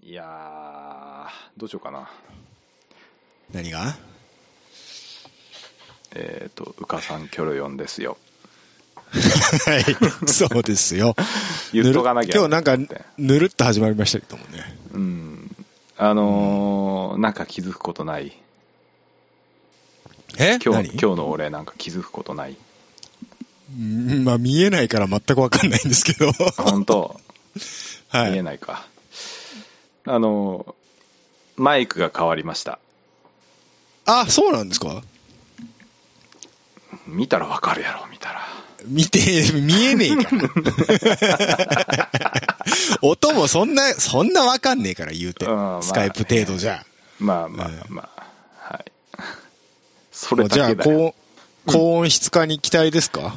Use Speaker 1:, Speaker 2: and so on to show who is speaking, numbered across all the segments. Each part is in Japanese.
Speaker 1: いやー、どうしようかな。
Speaker 2: 何が
Speaker 1: えっ、と、うかさんキョロヨンですよ。
Speaker 2: はい。そうですよ。
Speaker 1: 言っとかなきゃ
Speaker 2: ぬる今日なん
Speaker 1: っ
Speaker 2: か
Speaker 1: て、
Speaker 2: ぬるっと始まりましたけどもね。
Speaker 1: うん。あのーなんか気づくことない。
Speaker 2: え
Speaker 1: 今
Speaker 2: 何
Speaker 1: 日、今日の俺なんか気づくことない。
Speaker 2: うんまあ見えないから全くわかんないんですけど。
Speaker 1: あ本当、
Speaker 2: は
Speaker 1: 見え
Speaker 2: い。
Speaker 1: ないか。あのーマイクが変わりました。
Speaker 2: あ、そうなんですか
Speaker 1: 見たらわかるやろ、見たら。
Speaker 2: 見て、見えねえから。 音もそんな、そんなわかんねえから言うて
Speaker 1: うんまあ。ね
Speaker 2: スカイプ程度じゃ。
Speaker 1: まあまあまあ、はい。 それだ
Speaker 2: じゃ
Speaker 1: け
Speaker 2: あ、
Speaker 1: だよ。
Speaker 2: 高音、高音質化に期待ですか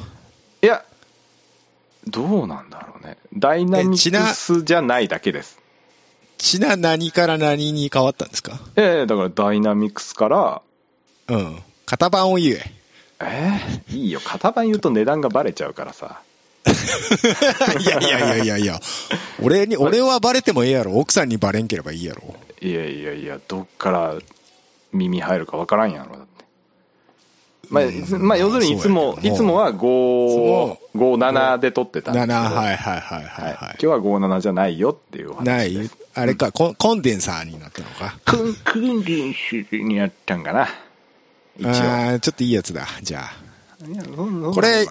Speaker 1: いや、どうなんだろうね。ダイナミ
Speaker 2: えちな
Speaker 1: クスじゃないだけです。
Speaker 2: ちな何から何に変わったんですか
Speaker 1: ええだからダイナミクスから、
Speaker 2: うん。型番を言え。
Speaker 1: えー、いいよ型番言うと値段がバレちゃうからさ
Speaker 2: いやいやいやいやいや。俺に、俺はバレてもええやろ。奥さんにバレんければいいやろ。
Speaker 1: いやいやいやどっから耳入るかわからんやろだってまあ、
Speaker 2: うん
Speaker 1: まあ要するにいつも
Speaker 2: そうやけ
Speaker 1: い
Speaker 2: ど
Speaker 1: つもは5 57で撮ってたんです
Speaker 2: 7、
Speaker 1: けどはい
Speaker 2: はいはいはいはい。
Speaker 1: 今日は
Speaker 2: は
Speaker 1: 57じゃないよっていうお
Speaker 2: い、
Speaker 1: 話
Speaker 2: な
Speaker 1: で
Speaker 2: い
Speaker 1: す
Speaker 2: あれか、コンコンデンサーになったのか。
Speaker 1: クンクン練習になったんかな一応
Speaker 2: ああ、ちょっといいやつだ。じゃあ。
Speaker 1: いやそんな
Speaker 2: これ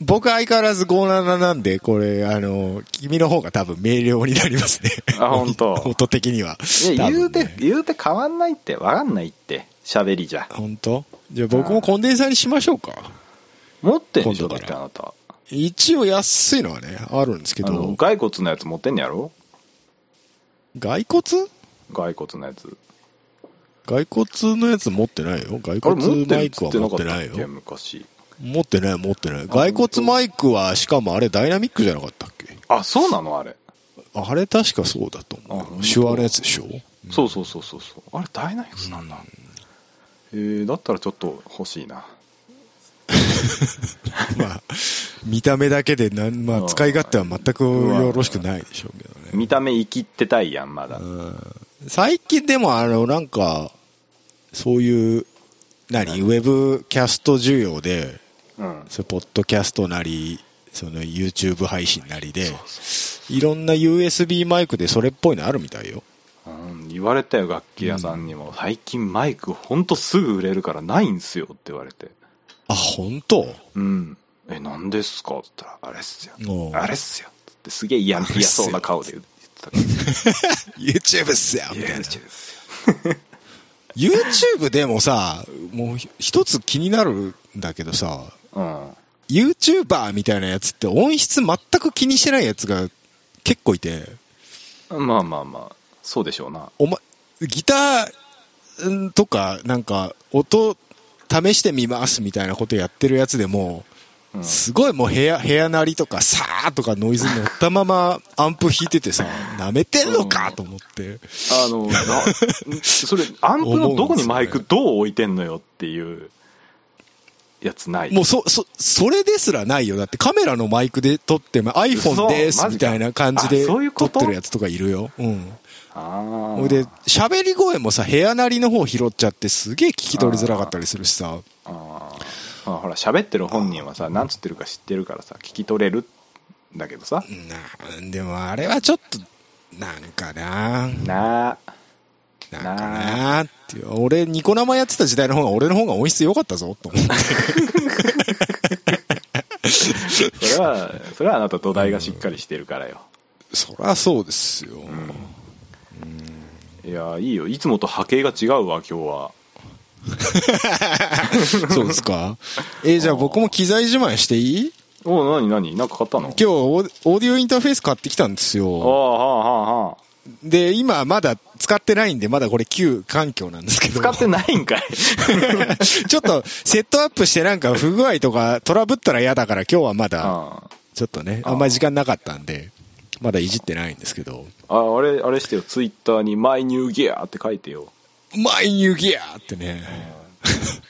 Speaker 2: 僕相変わらず57なんで、これ、あの、君の方が多分明瞭になりますね。
Speaker 1: あ本当
Speaker 2: 音的には。
Speaker 1: いや言うて、
Speaker 2: 多分ね
Speaker 1: 言うて変わんないってわかんないって喋りじゃ
Speaker 2: 本当じゃあ僕もコンデンサーにしましょうか。
Speaker 1: 持ってんでしょだ
Speaker 2: 今
Speaker 1: っ
Speaker 2: 度
Speaker 1: て
Speaker 2: か
Speaker 1: あ
Speaker 2: ら
Speaker 1: なた
Speaker 2: 一応安いのはね、あるんですけ
Speaker 1: あの
Speaker 2: ど、
Speaker 1: 骸骨のやつ持ってんねやろ
Speaker 2: 骸骨
Speaker 1: 骸骨のやつ
Speaker 2: 骸骨のやつ持ってないよ。骸
Speaker 1: あれ
Speaker 2: 骨
Speaker 1: 持って
Speaker 2: マ
Speaker 1: るっ
Speaker 2: イ
Speaker 1: つ
Speaker 2: ク
Speaker 1: っ
Speaker 2: は
Speaker 1: て
Speaker 2: 持
Speaker 1: なか
Speaker 2: っ
Speaker 1: ってた
Speaker 2: ない
Speaker 1: っ
Speaker 2: よ
Speaker 1: け。昔
Speaker 2: 持ってない持ってない骸骨マイクはしかもあれダイナミックじゃなかったっけ
Speaker 1: あそうなのあれ、
Speaker 2: あれ確かそうだと
Speaker 1: あ
Speaker 2: 思
Speaker 1: 本
Speaker 2: う
Speaker 1: 当
Speaker 2: 手話のやつでしょ
Speaker 1: そうそうそうそうそうあれダイナミクスなんだ、えー、だったらちょっと欲しいな
Speaker 2: まあ見た目だけでなん、ま
Speaker 1: う
Speaker 2: あ、
Speaker 1: ん
Speaker 2: 使い勝手は全くよろしくないでしょうけどね
Speaker 1: 見た目生きってたいやんまだ、
Speaker 2: 最近でもあのなんかそういう何ウェブキャスト需要で
Speaker 1: うん
Speaker 2: そうポッドキャストなりその YouTube 配信なりでいろんな USB マイクでそれっぽいのあるみたいよ
Speaker 1: うん言われたよ楽器屋さんにも、最近マイクほんとすぐ売れるからないんすよって言われて
Speaker 2: あ本当
Speaker 1: うんえなんですかって言ったらあれっすよ
Speaker 2: おう
Speaker 1: あれっすよって言ってすげえ嫌
Speaker 2: れっ
Speaker 1: 嫌
Speaker 2: すよ
Speaker 1: そうな顔で言ってた から
Speaker 2: YouTube っすよみ
Speaker 1: い
Speaker 2: た
Speaker 1: や違
Speaker 2: い
Speaker 1: う
Speaker 2: な
Speaker 1: っすよ
Speaker 2: YouTube でもさ、もうひ一つ気になるんだけどさ、
Speaker 1: うん、
Speaker 2: YouTuber みたいなやつって音質全く気にしてないやつが結構いて、
Speaker 1: まあまあまあそうでしょうな
Speaker 2: おま、ギターんとかなんか音試してみますみたいなことやってるやつでも、
Speaker 1: うん
Speaker 2: すごいもう部屋、部屋鳴りとかさーとかノイズ乗ったままアンプ弾いててさ、舐めてんのかと思って。
Speaker 1: あ の、なそれ、アンプのどこにマイクどう置いてんのよっていうやつない。
Speaker 2: もうそ、そ、それですらないよ。だってカメラのマイクで撮って、まあ、
Speaker 1: 嘘
Speaker 2: iPhone です
Speaker 1: マジ
Speaker 2: み
Speaker 1: か
Speaker 2: たいな感じで
Speaker 1: あそういう
Speaker 2: 撮
Speaker 1: こ
Speaker 2: っ
Speaker 1: と
Speaker 2: てるやつとかいるよ。うん。
Speaker 1: あ
Speaker 2: ほ
Speaker 1: あ。
Speaker 2: いで、喋り声もさ、部屋なりの方拾っちゃってすげえ聞き取りづらかったりするしさ。
Speaker 1: あーまあほら、喋ってる本人はさ、なんつってるか知ってるからさ、聞き取れるんだけどさ。
Speaker 2: なんでもあれはちょっと、なんかな
Speaker 1: なあ。
Speaker 2: なんかなっていう。俺、ニコ生やってた時代の方が俺の方が音質良かったぞ、と思って。
Speaker 1: それは、それはあなた土台がしっかりしてるからよ。
Speaker 2: そりゃそうですよ。
Speaker 1: いや、いいよ。いつもと波形が違うわ、今日は。
Speaker 2: そうですか。えーじゃあ僕も機材自慢していい
Speaker 1: おう、なになになんか買ったの
Speaker 2: 今日オーオーディオインターフェース買ってきたんですよ。
Speaker 1: ああ、はあ、はあ、はあ。
Speaker 2: で、今まだ使ってないんで、まだこれ旧環境なんですけど。
Speaker 1: 使ってない んかい。
Speaker 2: ちょっとセットアップしてなんか不具合とかトラブったら嫌だから今日はまだ、
Speaker 1: ああ
Speaker 2: ちょっとね、あんまり時間なかったんで、まだいじってないんですけど、
Speaker 1: ああれ、あれしてよ。ツイッターに、マイニューギアって書いてよ。
Speaker 2: マイニューギアってね。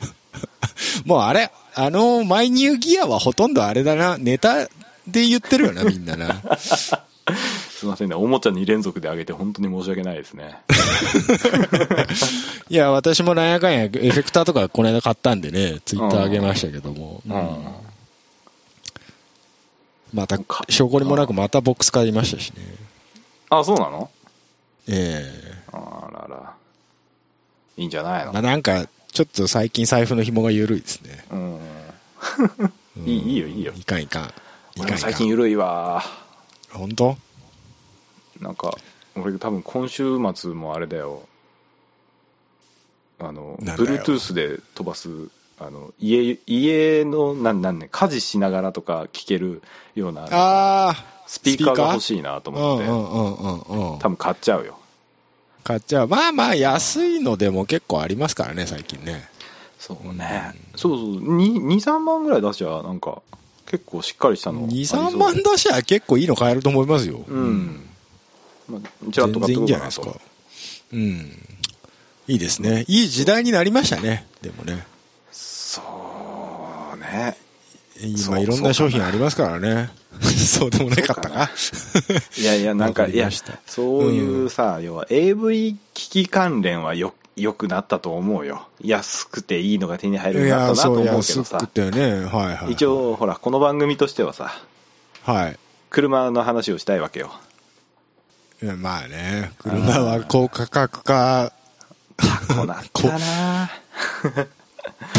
Speaker 2: もうあれ、あの、マイニ ューギアはほとんどあれだな、ネタで言ってるよな、みんなな。
Speaker 1: すいませんね。おもちゃに連続であげて本当に申し訳ないですね。
Speaker 2: いや、私もなんやかんや、エフェクターとかこの間買ったんでね、ツイッターあげましたけども。
Speaker 1: うん。
Speaker 2: また、証拠にもなくまたボックス買いましたしね。
Speaker 1: あ、そうなの
Speaker 2: え
Speaker 1: あらら。いいんじゃない
Speaker 2: え
Speaker 1: の、
Speaker 2: まあなんか、ちょっと最近財布の紐が緩いですね。
Speaker 1: うん。
Speaker 2: うん
Speaker 1: いいいいよいいよ
Speaker 2: いかんいかん。い
Speaker 1: 俺
Speaker 2: かん
Speaker 1: も
Speaker 2: い
Speaker 1: 最
Speaker 2: か
Speaker 1: 近
Speaker 2: ん。
Speaker 1: 緩いわ。
Speaker 2: 本当
Speaker 1: なんか、俺多分今週末もあれだよ。あの、
Speaker 2: なんだよ
Speaker 1: Bluetooth で飛ばす、あの、家、家の、なん、なんね、家事しながらとか聞けるような、
Speaker 2: あ
Speaker 1: スピーカー
Speaker 2: スピーカ
Speaker 1: が
Speaker 2: ー
Speaker 1: 欲しいなと
Speaker 2: あ、う
Speaker 1: 思
Speaker 2: ん
Speaker 1: っ
Speaker 2: う
Speaker 1: て、
Speaker 2: んうんうんうん
Speaker 1: 多。分買っちゃうよ。
Speaker 2: 買っちゃう。まあまあ、安いのでも結構ありますからね、最近ね。
Speaker 1: そうね。そうそう、2、2 3万ぐらい出しちゃ、なんか、結構しっかりしたの。あ
Speaker 2: 2、
Speaker 1: り
Speaker 2: 3
Speaker 1: そう
Speaker 2: 万出しゃ結構いいの買えると思いますよ。
Speaker 1: うん。まあ、ちらっ
Speaker 2: 全
Speaker 1: と
Speaker 2: 然
Speaker 1: 買って
Speaker 2: いい
Speaker 1: こ
Speaker 2: ん
Speaker 1: う
Speaker 2: じ
Speaker 1: か
Speaker 2: ゃない
Speaker 1: な
Speaker 2: です
Speaker 1: と。
Speaker 2: か。うん。いいですね。いい時代になりましたね。でもね。
Speaker 1: そうね。そう
Speaker 2: 今いろんな商品ありますからね。そうでもなかったか。
Speaker 1: いやいや、なんか、
Speaker 2: わか
Speaker 1: い
Speaker 2: り
Speaker 1: や
Speaker 2: ました、
Speaker 1: そういうさ、要は AV 機器関連はよ、良くなったと思うよ。安くていいのが手に入
Speaker 2: い
Speaker 1: るようにな
Speaker 2: や、
Speaker 1: ったなと
Speaker 2: そう、
Speaker 1: 思うけ
Speaker 2: 安
Speaker 1: ど
Speaker 2: く
Speaker 1: さ。
Speaker 2: てね。はいはい。
Speaker 1: 一。応、ほら、この番組としてはさ、
Speaker 2: はい。
Speaker 1: 車の話をしたいわ けよ。
Speaker 2: いやまあね。車は高価格化、
Speaker 1: こうなったな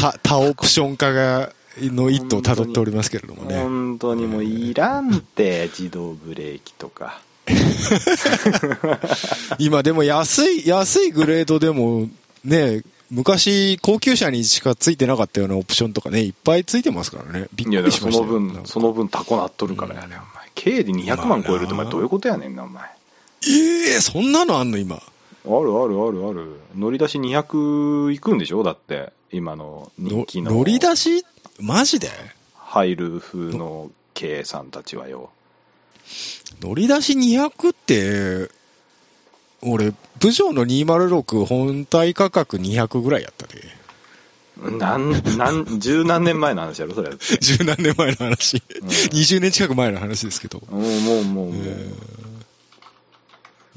Speaker 2: た多オプション化が、の一途をたどっておりますけれどもね。
Speaker 1: 本当にもういらんって、 自動ブレーキとか。
Speaker 2: 今でも安い、安いグレードでもね、昔高級車にしかついてなかったようなオプションとかね、いっぱいついてますからね。びっ
Speaker 1: いや、だ
Speaker 2: くり
Speaker 1: か
Speaker 2: し
Speaker 1: ら
Speaker 2: まし
Speaker 1: そ
Speaker 2: た
Speaker 1: の
Speaker 2: よ
Speaker 1: 分、その分タコなっとるからやね、お前。軽で200万超えるって、お前どういうことやねんな、お前。
Speaker 2: ええそんなのあんの今。
Speaker 1: あるあるあるある乗り出し200いくんでしょだって今の人
Speaker 2: の
Speaker 1: 気の
Speaker 2: 乗り出しマジで
Speaker 1: ハイル風の経営さんたちはよ
Speaker 2: 乗り出し200って、俺、プジョーの206本体価格200ぐらいやったで。
Speaker 1: なんなん十何年前の話やろそれ、 う
Speaker 2: 十何年前の話。
Speaker 1: ん
Speaker 2: 20年近く前の話ですけど。
Speaker 1: もうもうもうもう、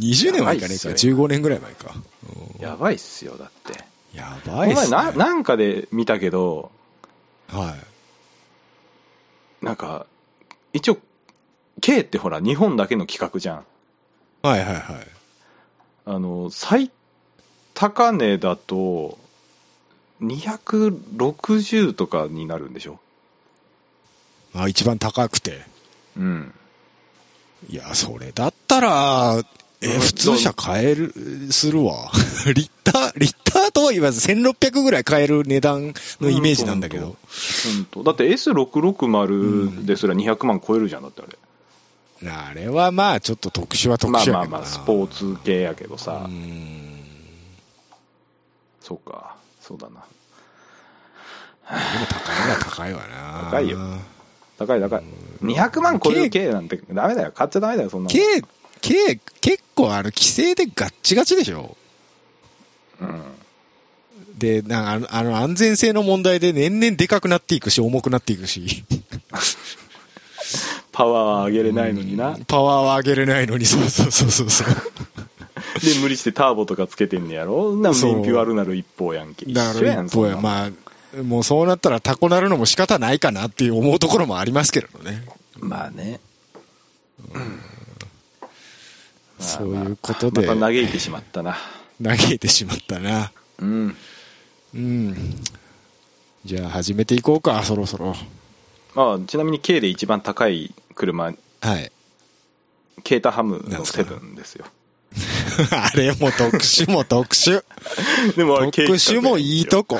Speaker 2: 20年はいか
Speaker 1: やばい
Speaker 2: ねえ
Speaker 1: っす
Speaker 2: か。
Speaker 1: よ
Speaker 2: 15年ぐらい前か。うん
Speaker 1: やばいっすよだって
Speaker 2: や
Speaker 1: お
Speaker 2: ばいっす、
Speaker 1: 前な
Speaker 2: ね。
Speaker 1: なんかで見たけど
Speaker 2: はい。
Speaker 1: なんか一応 K ってほら日本だけの企画じゃん
Speaker 2: はいはいはい。
Speaker 1: あの最高値だと260とかになるんでしょ
Speaker 2: あ、一番高くて。
Speaker 1: うん
Speaker 2: いや、それだったら、え、
Speaker 1: うん
Speaker 2: 普通車買える、するわ。 リッター、リッターとは言わず1600ぐらい買える値段のイメージなんだけ
Speaker 1: うん
Speaker 2: ど。
Speaker 1: 本当だって S660 ですら200万超えるじゃんだってあれ、
Speaker 2: あれはまあ、ちょっと特殊は特
Speaker 1: まあ
Speaker 2: 殊や
Speaker 1: ま
Speaker 2: けどな
Speaker 1: あまあスポーツ系やけどさ、
Speaker 2: うん。
Speaker 1: そうかそうだな
Speaker 2: でも高いのは高いわな。
Speaker 1: 高いよ高い高い200万超える K なんてダメだよ買っちゃダメだよそんなの
Speaker 2: K、K、結構あの、規制でガッチガチでしょ
Speaker 1: うん
Speaker 2: で、なんかあの、あの安全性の問題で年々でかくなっていくし、重くなっていくし。
Speaker 1: パワー上げれないのにな、で
Speaker 2: パワーは上げれないのに、そうそうそうそうそう。
Speaker 1: 無理してターボとかつけてんねやろなん
Speaker 2: そう
Speaker 1: 燃費悪なる一方やんけ一
Speaker 2: だか
Speaker 1: 緒や
Speaker 2: ら
Speaker 1: ん
Speaker 2: 一方や、
Speaker 1: そんなの
Speaker 2: まあ、もうそうなったらタコなるのも仕方ないかなっていう思うところもありますけれどね。
Speaker 1: まあね
Speaker 2: そういうこと
Speaker 1: ま
Speaker 2: で、
Speaker 1: た嘆いてしまったな
Speaker 2: 嘆いてしまったな。
Speaker 1: うん
Speaker 2: うん。じゃあ始めていこうか、そろそろ。
Speaker 1: あちなみに K で一番高い車
Speaker 2: はい。
Speaker 1: ケータハム
Speaker 2: なん
Speaker 1: の
Speaker 2: すか
Speaker 1: セブンですよ
Speaker 2: あれも特殊も特殊。
Speaker 1: でもあれ
Speaker 2: 特
Speaker 1: 軽規格
Speaker 2: 殊もいいとこ。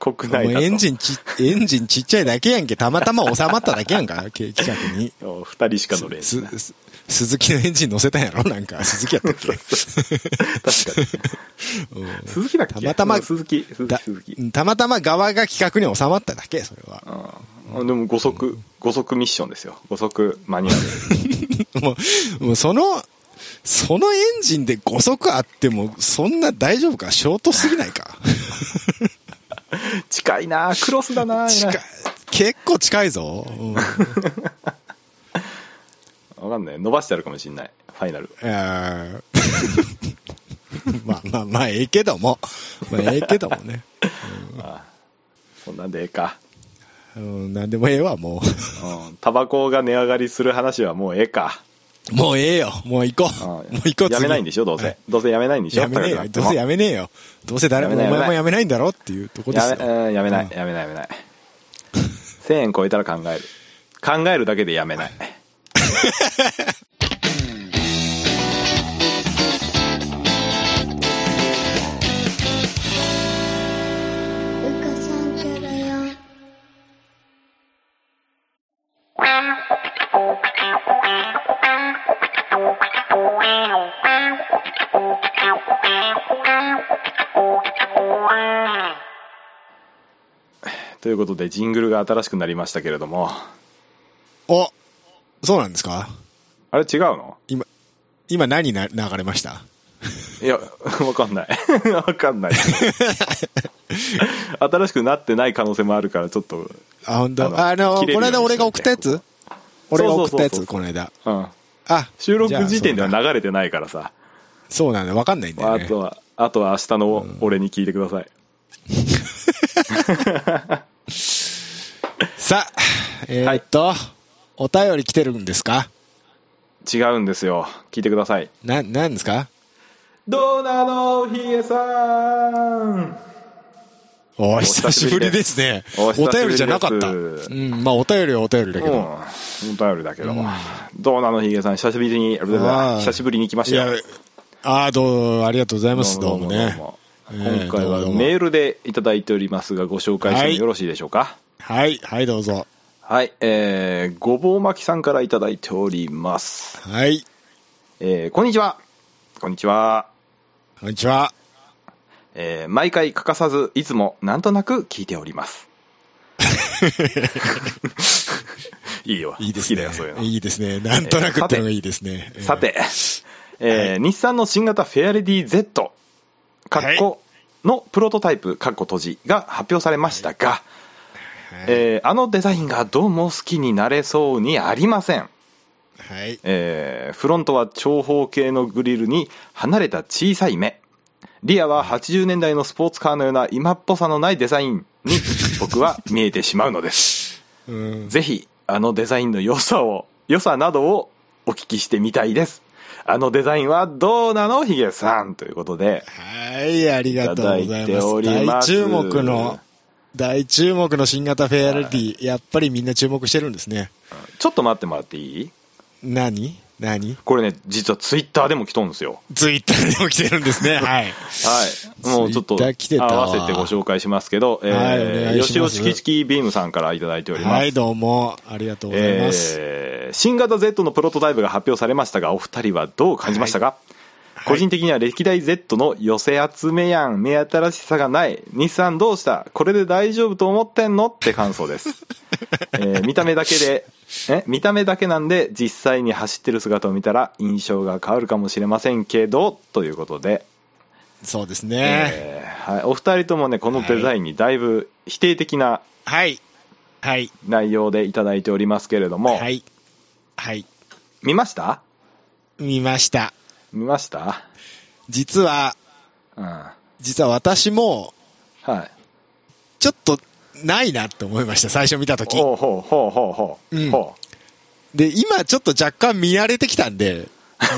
Speaker 1: 国
Speaker 2: も
Speaker 1: 内
Speaker 2: う
Speaker 1: だと
Speaker 2: エンジンち、エンジンちっちゃいだけやんけ。たまたま収まっただけやんか、景気客に。
Speaker 1: お二人しか乗れんし
Speaker 2: す
Speaker 1: な
Speaker 2: す鈴木のエンジン乗せたんやろなんか、鈴木やったっけ
Speaker 1: 確かに
Speaker 2: うん
Speaker 1: 鈴木だっけ
Speaker 2: たまたま
Speaker 1: うん鈴木鈴木
Speaker 2: だ
Speaker 1: 鈴木
Speaker 2: たまたま側が企画に収まっただけ、それは。
Speaker 1: うんでも五足五足ミッションですよ五足マニュアル
Speaker 2: もう、もうその、そのエンジンで5速あっても、そんな大丈夫かショートすぎないか
Speaker 1: 近いなクロスだなえら
Speaker 2: 近い
Speaker 1: い
Speaker 2: 結構近いぞ。うん
Speaker 1: わかんない。伸ばしてあるかもしんない。ファイナル。
Speaker 2: えー まあまあまあ、ええけども。まあ、ええけどもね。
Speaker 1: そんなんでええか。
Speaker 2: うん、なんでもええわ、も
Speaker 1: うん。タバコが値上がりする話はもうええか。
Speaker 2: う。 もうええよ。もう行こ
Speaker 1: う
Speaker 2: う。
Speaker 1: ん
Speaker 2: もう行こう、
Speaker 1: やめないんでしょ、どう
Speaker 2: は
Speaker 1: せ
Speaker 2: い。
Speaker 1: どうせやめないんでしょ、
Speaker 2: やめね
Speaker 1: 高
Speaker 2: え
Speaker 1: くな
Speaker 2: よ。
Speaker 1: って
Speaker 2: どう
Speaker 1: も
Speaker 2: せやめねえよ。どうせ誰も、お
Speaker 1: やめない
Speaker 2: 前もやめないんだろっていうとこです
Speaker 1: や
Speaker 2: よ。
Speaker 1: めうんやめない
Speaker 2: うん
Speaker 1: やめないやめない1000円超えたら考える考えるだけでやめない
Speaker 3: うかさんキャラよ。
Speaker 1: ということでジングルが新しくなりましたけれども
Speaker 2: おそうなんですか
Speaker 1: あれ違うの
Speaker 2: 今、今何な流れました
Speaker 1: いやわかんない わか んない新しくなってない可能性もあるからちょっと
Speaker 2: あ、本当。
Speaker 1: あ
Speaker 2: あ
Speaker 1: の
Speaker 2: の、
Speaker 1: 切れる
Speaker 2: この間俺が送ったやつ俺が送ったや
Speaker 1: そうそうそうそう
Speaker 2: つ、この間。
Speaker 1: うん
Speaker 2: あ、
Speaker 1: 収録時点では
Speaker 2: じゃあ
Speaker 1: 流れてないからさ
Speaker 2: そうなんだ。わかんないんだよ
Speaker 1: あ
Speaker 2: ね。
Speaker 1: とはあとは明日の俺に聞いてください
Speaker 2: さあ、えーっと、お便り来てるんですか
Speaker 1: 違うんですよ聞いてください
Speaker 2: な、なんですか
Speaker 1: どうなのひえさん
Speaker 2: お
Speaker 1: 久
Speaker 2: 久
Speaker 1: し
Speaker 2: し
Speaker 1: ぶ
Speaker 2: ぶ
Speaker 1: り
Speaker 2: り
Speaker 1: で
Speaker 2: ですすね。
Speaker 1: お
Speaker 2: お
Speaker 1: 久しぶりです
Speaker 2: 便りじゃなかった。うん、まあお便りはお便りだけ
Speaker 1: うん
Speaker 2: ど。
Speaker 1: お便りだけども、どうなのヒゲさん久しぶりにありがとうございます
Speaker 2: あー
Speaker 1: 久しぶりに来まし
Speaker 2: い
Speaker 1: た
Speaker 2: や
Speaker 1: よ、
Speaker 2: ああ、どうもありがとうございます。どうもね。
Speaker 1: どうも今回
Speaker 2: ええどうもど
Speaker 1: は
Speaker 2: うも
Speaker 1: メールでいただいておりますがご紹介してもよろしいでしょうか
Speaker 2: はい、はい、どうぞ。
Speaker 1: はい、えー、ごぼう巻きさんからいただいております、
Speaker 2: はい、
Speaker 1: えー、こんにちはこんにちは
Speaker 2: こんにちは。
Speaker 1: えー毎回欠かさずいつもなんとなく聞いております いいよ
Speaker 2: いいです
Speaker 1: 好きだ
Speaker 2: ね
Speaker 1: よそういう。の
Speaker 2: いいですね。なんとなくってのがいいですね。
Speaker 1: さて、えー日産の新型フェアレディ Z かっこのプロトタイプかっこ閉じが発表されましたが、えーあのデザインがどうも好きになれそうにありません、
Speaker 2: えー。はい。
Speaker 1: えーフロントは長方形のグリルに離れた小さい目リアは80年代のスポーツカーのような今っぽさのないデザインに僕は見えてしまうのです
Speaker 2: うん。
Speaker 1: ぜひ、あのデザインの良さを、良さなどをお聞きしてみたいです。あのデザインはどうなのヒゲさんということで、
Speaker 2: はい、ありがとうござい
Speaker 1: いただいておりま
Speaker 2: ますす。大注目の、大注目の新型フェアレディ、やっぱりみんな注目してるんですね。
Speaker 1: ちょっと待ってもらっていい
Speaker 2: 何何
Speaker 1: これね、実はツイッターでも来とんですよ。
Speaker 2: ツイッターでも来てるんで すね。はい。
Speaker 1: はい。もうちょっと
Speaker 2: ツイッター来てたわ
Speaker 1: 合わせてご紹介しますけど、
Speaker 2: はいお
Speaker 1: え
Speaker 2: 願
Speaker 1: ー、
Speaker 2: いし
Speaker 1: 吉
Speaker 2: ま
Speaker 1: 尾
Speaker 2: す
Speaker 1: チキチキビームさんからいただいております。
Speaker 2: はい、どうも、ありがとうございます。
Speaker 1: えー新型 Z のプロトタイプが発表されましたがお二人はどう感じましたか、個人的には歴代 Z の寄せ集めやん目新しさがない日産どうしたこれで大丈夫と思ってんのって感想 です、えー見た目だけでえ見た目だけなんで実際に走ってる姿を見たら印象が変わるかもしれませんけどということで、
Speaker 2: そうですね。
Speaker 1: えーはい、お二人ともねこのデザインにだいぶ否定的な
Speaker 2: はい。はい。
Speaker 1: 内容でいただいておりますけれども、
Speaker 2: はい。はい。
Speaker 1: 見ました
Speaker 2: 見ました。
Speaker 1: 見ました
Speaker 2: 実は、
Speaker 1: うんは
Speaker 2: 実は私も、
Speaker 1: い。
Speaker 2: ちょっと、ないなって思いました、最初見たとき。
Speaker 1: ほうほうほうほうほう。
Speaker 2: うん
Speaker 1: ほ
Speaker 2: で、今ちょっと若干見慣れてきたんで、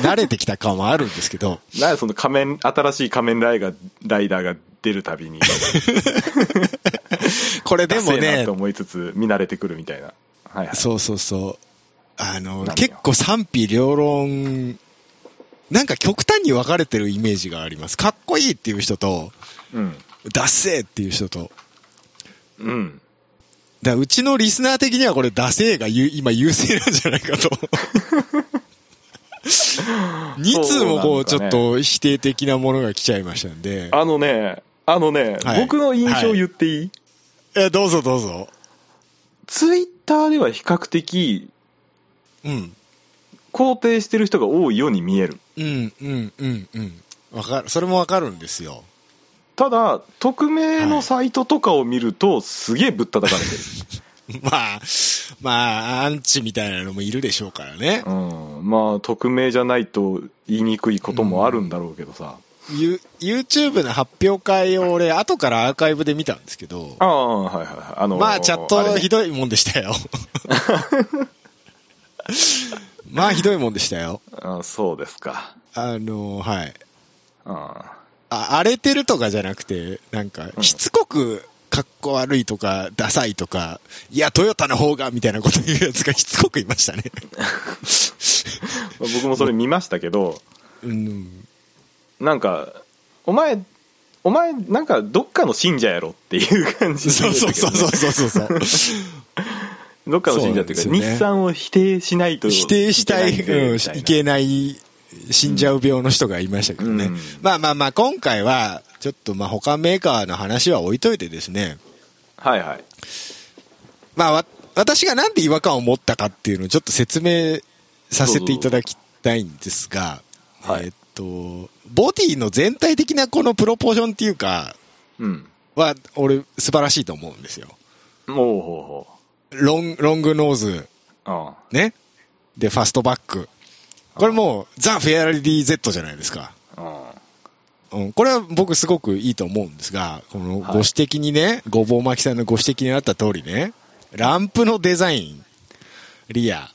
Speaker 2: 慣れてきた感はあるんです けど、
Speaker 1: う。なんでその仮面、新しい仮面ライダーがライダーが出るたびに、
Speaker 2: これでも
Speaker 1: ダセーな
Speaker 2: ね
Speaker 1: と、思いつつ、見慣れてくるみたいな。はいはい。
Speaker 2: そうそうそう。あの
Speaker 1: 何よ、
Speaker 2: 結構賛否両論、なんか極端に分かれてるイメージがあります。かっこいいっていう人と、
Speaker 1: うん。
Speaker 2: ダッセーっていう人と。
Speaker 1: うん。
Speaker 2: だからうちのリスナー的にはこれ、ダセーがゆ今優勢なんじゃないか と。2通もこう、
Speaker 1: そ
Speaker 2: ち
Speaker 1: うなん
Speaker 2: ょ
Speaker 1: ですかね
Speaker 2: っと否定的なものが来ちゃいましたんで。
Speaker 1: あのね、あのね、
Speaker 2: はい
Speaker 1: 僕の印象言っていい、
Speaker 2: え、どうぞどうぞ。
Speaker 1: ツイッターでは比較的、
Speaker 2: うん。
Speaker 1: 肯定してる人が多いように見える。
Speaker 2: うん、うん、うん、うん。わかる、それもわかるんですよ。
Speaker 1: ただ、匿名のサイトとかを見ると、すげえぶったたかれてる。
Speaker 2: まあ、まあ、アンチみたいなのもいるでしょうからね。
Speaker 1: うん、まあ匿名じゃないと言いにくいこともあるんだろうけどさ、
Speaker 2: ユ YouTube の発表会を俺、後からアーカイブで見たんですけど、
Speaker 1: ああはいはいはいあの
Speaker 2: まあ、チャッ
Speaker 1: あれ
Speaker 2: ト
Speaker 1: ね
Speaker 2: ひどいもんでしたよ。 まあ、ひどいもんでしたよ。
Speaker 1: あそうですか
Speaker 2: あの、はい。
Speaker 1: あ
Speaker 2: あ荒れてるとかじゃなくて、なんか、しつこく、かっこ悪いとか、ダサいとか、いや、トヨタの方が、みたいなこと言うやつがしつこくいましたね。
Speaker 1: 僕もそれ見ましたけど
Speaker 2: うん。
Speaker 1: なんかお前お前なんかどっかの信者やろっていう感じ
Speaker 2: そうそうそうそううそうそう。
Speaker 1: どっかの信者っていうか
Speaker 2: そうなんですよね
Speaker 1: 日産を否定しないと
Speaker 2: 否定したい、
Speaker 1: けな
Speaker 2: うん、
Speaker 1: み
Speaker 2: い
Speaker 1: たい
Speaker 2: けない、死んじゃう病の人がいましたけどね。
Speaker 1: うん
Speaker 2: まあまあまあ、今回は、ちょっとまあ他メーカーの話は置いといてですね、
Speaker 1: なはいはい
Speaker 2: まあわ私がなんで違和感を持ったかっていうのをちょっと説明させていただきたいんですが、
Speaker 1: はい
Speaker 2: えーっと、ボディの全体的なこのプロポーションっていうか、
Speaker 1: うん
Speaker 2: は、俺、素晴らしいと思うんですよ。
Speaker 1: もうほ
Speaker 2: ロンロングノーズ、
Speaker 1: うほ
Speaker 2: ね。で、ファストバック。これもう、ザ・フェアリー Z じゃないですか。
Speaker 1: ううんうん
Speaker 2: うん、これは僕すごくいいと思うんですが、この
Speaker 1: はい
Speaker 2: ご指摘にね、ごぼう巻きさんのご指摘にあった通りね、ランプのデザイン、リア。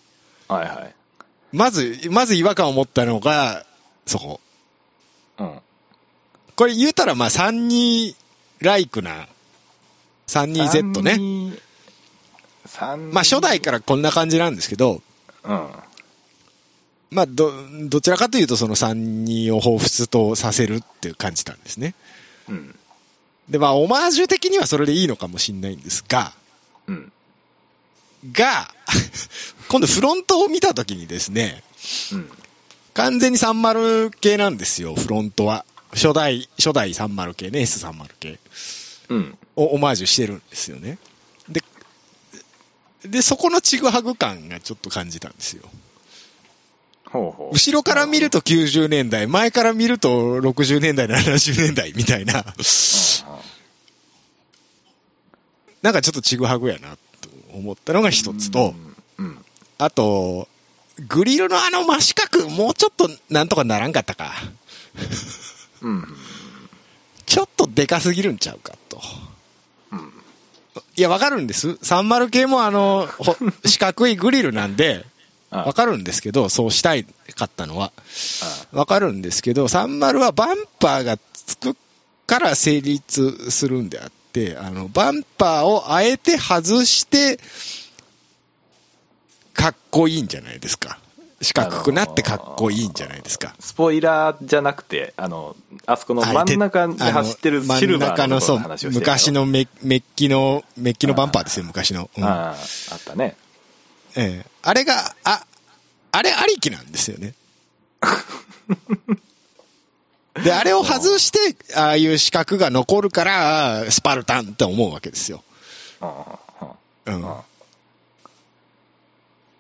Speaker 1: はいはい
Speaker 2: まず、まず違和感を持ったのが、そこ。
Speaker 1: うん
Speaker 2: これ言うたらまあ32ライクな 32Z ね。
Speaker 1: ね三
Speaker 2: まあ初代からこんな感じなんですけど、
Speaker 1: うん
Speaker 2: まあど、どちらかというとその32を彷彿とさせるっていう感じなんですね。
Speaker 1: うん
Speaker 2: でまあオマージュ的にはそれでいいのかもしれないんですが、
Speaker 1: うん
Speaker 2: が、 今度フロントを見たときにですね、
Speaker 1: うん
Speaker 2: 完全に30系なんですよ、フロントは。初代、初代30系ね、S30 系
Speaker 1: うん
Speaker 2: をオマージュしてるんですよね。で、で、そこのちぐはぐ感がちょっと感じたんですよ。
Speaker 1: ほうほう
Speaker 2: 後ろから見ると90年代、前から見ると60年代、70年代みたいな、なんかちょっとちぐはぐやなと思ったのが一つと、
Speaker 1: うん
Speaker 2: あと、グリルのあの真四角、もうちょっとなんとかならんかったか。
Speaker 1: うん
Speaker 2: ちょっとでかすぎるんちゃうかと。いや、わかるんです。30系もあの、 ほ四角いグリルなんで、
Speaker 1: ああ
Speaker 2: わかるんですけど、そうしたいかったのは。わかるんですけど、30はバンパーがつくから成立するんであって、あの、バンパーをあえて外して、かっこいいんじゃないですか。四角くなってかっこいいんじゃないですか。
Speaker 1: スポイラーじゃなくてあのあそこの真ん中で
Speaker 2: あえ
Speaker 1: 走ってる
Speaker 2: あの
Speaker 1: シルバ
Speaker 2: 真
Speaker 1: ー
Speaker 2: ん中の
Speaker 1: のとこ
Speaker 2: そ
Speaker 1: ろ
Speaker 2: う
Speaker 1: の話をしてる
Speaker 2: 昔のメメッキの、メッキのバンパーですよ、昔の。うん
Speaker 1: あああったね
Speaker 2: ええあれが、あ、あれありきなんですよね。で、あれを外して、ああいう資格が残るから、スパルタンって思うわけですよ。
Speaker 1: うんうんうん
Speaker 2: うん
Speaker 1: あ。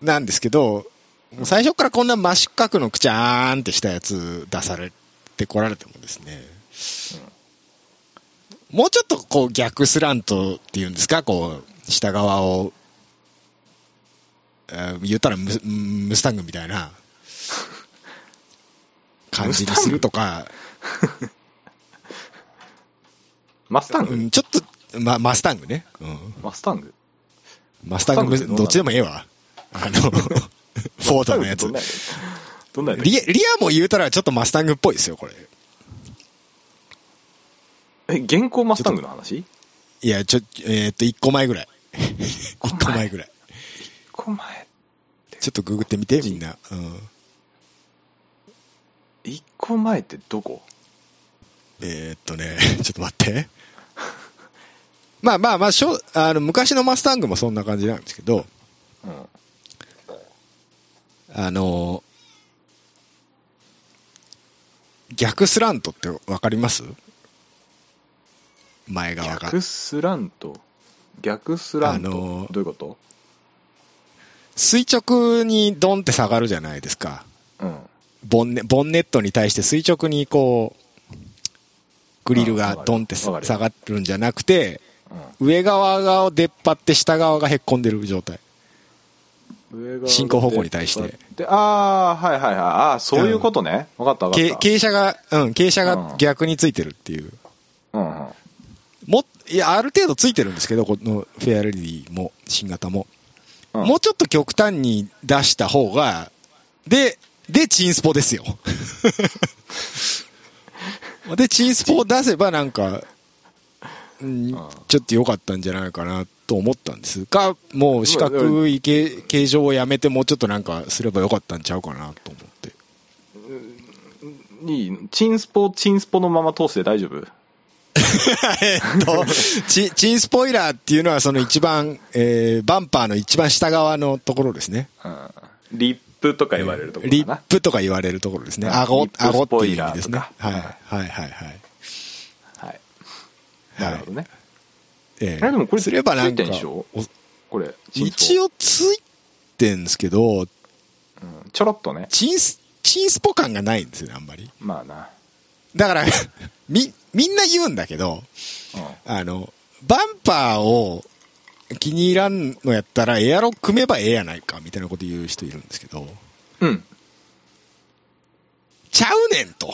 Speaker 2: なんですけど、もう最初からこんな真四角のくちゃーんってしたやつ出されてこられてもですね、もうちょっとこう逆スラントっていうんですか、こう、下側を、あ言ったらムスムスタングみたいな感じにするとか、
Speaker 1: マスタン
Speaker 2: う
Speaker 1: グ、
Speaker 2: ん、ちょっと、ま、マスタングね。うん
Speaker 1: マスタング
Speaker 2: マスタング
Speaker 1: マスタングってどうなの
Speaker 2: どっちでもええわ。あの、フォードのや
Speaker 1: マ。スタングってど
Speaker 2: つ
Speaker 1: んなやつどんなやつ
Speaker 2: リアリアも言うたらちょっとマスタングっぽいですよ、これ。
Speaker 1: え現行マスタングの話
Speaker 2: いや、ちょ、えーっと、1個前 ぐらい。1個前ぐらい。
Speaker 1: 一個前
Speaker 2: ちょっとググってみて、みんな。うん。
Speaker 1: 一個前ってどこ
Speaker 2: えーっとね、 ちょっと待って。まあまあまあ、しょあの昔のマスタングもそんな感じなんですけど、
Speaker 1: うん
Speaker 2: あの逆スラントってわかります前側が
Speaker 1: 逆。スラント逆スラント、
Speaker 2: あのー
Speaker 1: どういうこと
Speaker 2: 垂直にドンって下がるじゃないですか。
Speaker 1: うん
Speaker 2: ボンネボンネットに対して垂直にこう、グリルがドンって
Speaker 1: うんわかる
Speaker 2: 下がるんじゃなくて、
Speaker 1: う
Speaker 2: 上側が出っ張って下側がへっこんでる状態。
Speaker 1: 上が
Speaker 2: 進行方向に対して
Speaker 1: でああはいはいはいああそういうことね、分かった分
Speaker 2: け
Speaker 1: かった
Speaker 2: 傾斜が、うん、傾斜
Speaker 1: う
Speaker 2: が
Speaker 1: ん
Speaker 2: 逆についてるっていう。
Speaker 1: うんうん
Speaker 2: も、いや、ある程度ついてるんですけど、このフェアレディも、新型も。
Speaker 1: うん
Speaker 2: もうちょっと極端に出した方が、で、で、チンスポ ですよ。で、チンスポを出せばなんか、うんちょっと良かったんじゃないかなと思ったんですが、もう四角い形形状をやめて、もうちょっとなんかすれば良かったんちゃうかなと思って。
Speaker 1: いいチンスポチンスポのまま通して大丈夫
Speaker 2: えっと、チチンスポイラーっていうのはその一番、えーバンパーの一番下側のところですね。
Speaker 1: うんリップとか言われるとこ
Speaker 2: リ
Speaker 1: ろか
Speaker 2: ッ
Speaker 1: な、
Speaker 2: プとか言われるところですね。
Speaker 1: うん
Speaker 2: 顎
Speaker 1: リッ、プ
Speaker 2: 顎
Speaker 1: ス
Speaker 2: って
Speaker 1: ポ
Speaker 2: いう
Speaker 1: イ
Speaker 2: 意味
Speaker 1: ラ
Speaker 2: で
Speaker 1: ー
Speaker 2: す
Speaker 1: と
Speaker 2: ね。
Speaker 1: か
Speaker 2: はい、はい、はい、はい。
Speaker 1: はいなるほどね、
Speaker 2: え
Speaker 1: あれでもこれ
Speaker 2: すればなん
Speaker 1: つい
Speaker 2: か
Speaker 1: てんでしょ、
Speaker 2: お
Speaker 1: これチンスポ
Speaker 2: 一応ついてんですけど、
Speaker 1: うんちょろっとね
Speaker 2: チンス、チンスポ感がないんですよね、あんまり。
Speaker 1: まあな、
Speaker 2: だから、 み、みんな言うんだけど、あの、バンパーを気に入らんのやったらエアロ組めばええやないかみたいなこと言う人いるんですけど、
Speaker 1: うん、うん
Speaker 2: ちゃうねんと。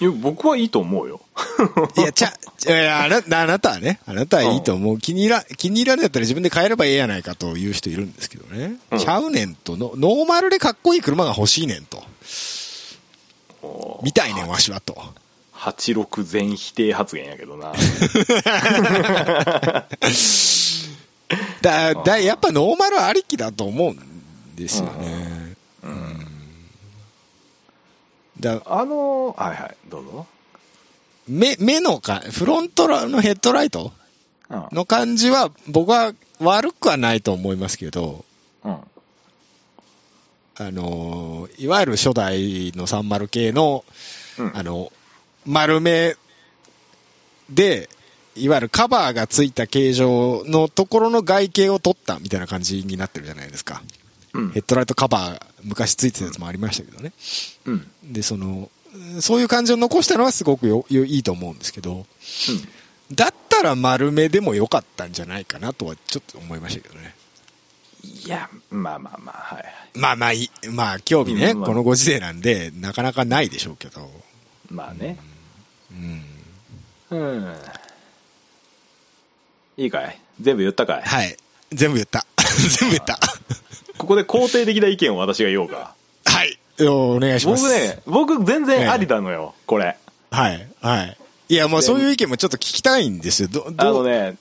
Speaker 1: いや僕はいいと思うよ
Speaker 2: いや、ちゃ、いや、あなた、あなたはね、あなたはいいと思う。気に入ら、気に入らんのやったら自分で買えればええやないかという人いるんですけどね。
Speaker 1: うん
Speaker 2: ちゃうねんとの、ノーマルでかっこいい車が欲しいねんと。
Speaker 1: おー
Speaker 2: みたいねん、わしはと。
Speaker 1: 86全否定発言やけど な
Speaker 2: だ、だ、やっぱノーマルありきだと思うんですよね。うん。だ、
Speaker 1: あのーはいはいどうぞ、
Speaker 2: 目、目のか、フロントのヘッドライト
Speaker 1: うん
Speaker 2: の感じは、僕は悪くはないと思いますけど、
Speaker 1: うん、
Speaker 2: あのーいわゆる初代の30系の、
Speaker 1: うん
Speaker 2: あの、丸めで、いわゆるカバーがついた形状のところの外形を取ったみたいな感じになってるじゃないですか。
Speaker 1: うん
Speaker 2: ヘッドライトカバー、昔ついてたやつもありましたけどね。
Speaker 1: うん
Speaker 2: で、その、そういう感じを残したのはすごくよよいいと思うんですけど、だったら丸めでも良かったんじゃないかなとはちょっと思いましたけどね。
Speaker 1: いやまあまあまあはいはい
Speaker 2: まあまあいい、まあ興味ね、
Speaker 1: うんまあ
Speaker 2: このご時世なんで、なかなかないでしょうけど。
Speaker 1: まあねうん、いいかい全部言ったかい
Speaker 2: はい。全部 言った。全部言った。
Speaker 1: ここで肯定的な意見を私が言おうか
Speaker 2: はい。お願いしま
Speaker 1: 僕
Speaker 2: す。
Speaker 1: ね僕全然ありなのよ、これ
Speaker 2: はい。はい。いや、もうそういう意見もちょっと聞きたいんですよ。ど、
Speaker 1: あの
Speaker 2: どう、
Speaker 1: ね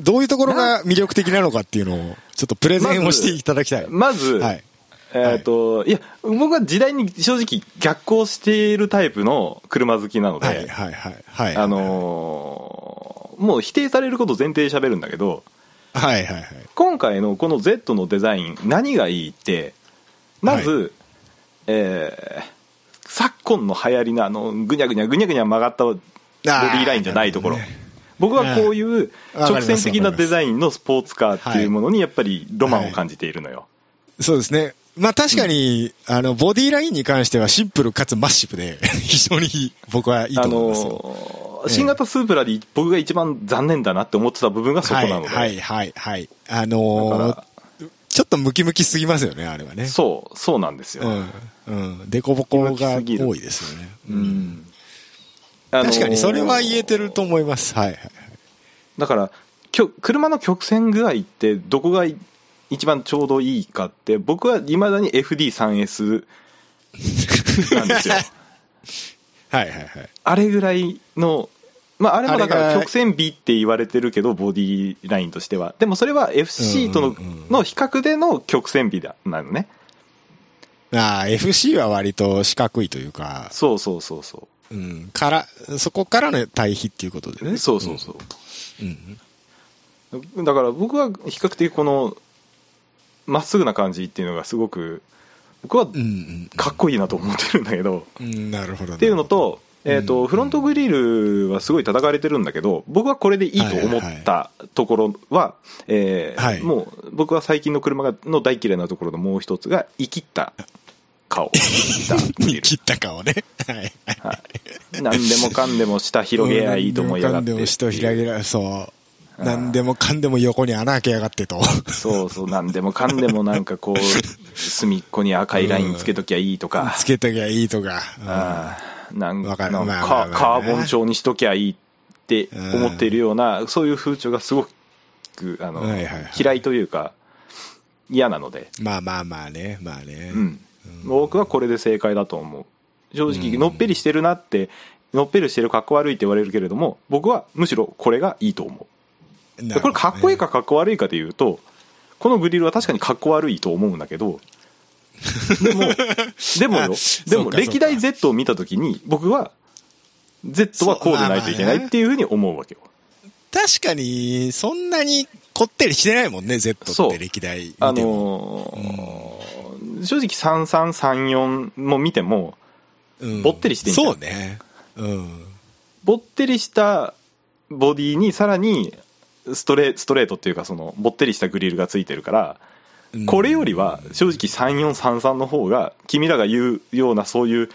Speaker 2: どういうところが魅力的なのかっていうのを、ちょっとプレゼンをしていただきたい。
Speaker 1: まず、
Speaker 2: はい。
Speaker 1: えっ、と、い、や僕は時代に正直逆行しているタイプの車好きなので、
Speaker 2: はい、はい、はい。はい。
Speaker 1: あ、のーもう否定されること前提で喋るんだけど
Speaker 2: はい、はい、はい。
Speaker 1: 今回のこの Z のデザイン何がいいってまず、
Speaker 2: は
Speaker 1: えー昨今の流行りのあのぐにゃぐにゃぐにゃぐにゃ曲がったボディラインじゃないところ、
Speaker 2: なるほどね
Speaker 1: 僕はこういう
Speaker 2: あー
Speaker 1: 直線的なデザインのスポーツカーっていうものにやっぱりロマンを感じているのよ、
Speaker 2: そうですね。まあ確かに、あの、ボディラインに関してはシンプルかつマッシブで、非常に僕はいいと
Speaker 1: あ
Speaker 2: 思い
Speaker 1: の
Speaker 2: ますよ。
Speaker 1: ー新型スープラで僕が一番残念だなって思ってた部分がそこ
Speaker 2: は、
Speaker 1: ないので、
Speaker 2: はい、はい、はい。あ
Speaker 1: だ
Speaker 2: の
Speaker 1: か
Speaker 2: ーちょっとムキムキすぎますよね、あれはね。
Speaker 1: そうそうなんですよ、
Speaker 2: うん。うん。デコボコが多いですよね。うん。
Speaker 1: あのー
Speaker 2: 確かにそれは言えてると思います。はいはいはい。
Speaker 1: だからきょ車の曲線具合ってどこがい一番ちょうどいいかって僕はいまだに FD3S なんです よ
Speaker 2: はいはいはい。
Speaker 1: あれぐらいのまああれもだか
Speaker 2: あれ
Speaker 1: ら
Speaker 2: が
Speaker 1: 曲線美って言われてるけどボディラインとしてはでもそれは FC との,、
Speaker 2: うんうんうん
Speaker 1: の比較での曲線美だなのね
Speaker 2: ああ、FC は割と四角いというか、
Speaker 1: そうそうそうそ
Speaker 2: うん、から、そこからの対比っていうことで
Speaker 1: う
Speaker 2: ね。
Speaker 1: そうそうそう、
Speaker 2: うん。うん。
Speaker 1: だから僕は比較的このまっすぐな感じっていうのがすごく僕は
Speaker 2: うんうん
Speaker 1: かっこいいなと思ってるんだけど、
Speaker 2: うん。なるほど。っ
Speaker 1: っていうの、 と,、えーと
Speaker 2: うん
Speaker 1: フロントグリルはすごい叩かれてるんだけど僕はこれでいいと思ったところは、えー
Speaker 2: はい
Speaker 1: もう僕は最近の車がの大嫌いなところのもう一つが 生きった顔生きったグリル
Speaker 2: 切った顔ね。はい。
Speaker 1: 何でもかんでも下広げやいいと思いやがっ
Speaker 2: 何
Speaker 1: て
Speaker 2: でもかんでも人開けらそう。何でもかんでも横に穴開けやがってと。
Speaker 1: そうそう何でもかんでもなんかこう隅っこに赤いラインつけときゃいいとか、
Speaker 2: つけときゃいいとか。
Speaker 1: ああなん
Speaker 2: わ
Speaker 1: か
Speaker 2: かる
Speaker 1: なん
Speaker 2: まあまあ
Speaker 1: か
Speaker 2: まあ
Speaker 1: カーボン調にしときゃいいって思っているような、そういう風潮がすごくあの、
Speaker 2: はいはいはい
Speaker 1: 嫌いというか嫌なので、
Speaker 2: うんまあまあまあね、まあね。
Speaker 1: うん、僕はこれで正解だと思う正直のっぺりしてるなってのっぺりしてるかっこ悪いって言われるけれども僕はむしろこれがいいと思
Speaker 2: な
Speaker 1: うこれ
Speaker 2: るほどね
Speaker 1: かっこいいかかっこ悪いかでいうとこのグリルは確かにかっこ悪いと思うんだけどでもでもよ
Speaker 2: あ
Speaker 1: で
Speaker 2: そう
Speaker 1: も
Speaker 2: かそうか
Speaker 1: 歴代 Z を見た時に僕は Z はこうでないといけないっていうふうに思うわけよ
Speaker 2: 確かに、そんなにこってりしてないもんね、Z っ
Speaker 1: そ
Speaker 2: て
Speaker 1: う
Speaker 2: 歴代見ても。
Speaker 1: あのー正直3334も見ても
Speaker 2: うん
Speaker 1: ぼってりしてんじゃん
Speaker 2: そうね。うん。
Speaker 1: ぼってりしたボディにさらにストレストレートっていうかそのぼってりしたグリルがついてるから
Speaker 2: うん
Speaker 1: これよりは正直3433の方が君らが言うようなそういう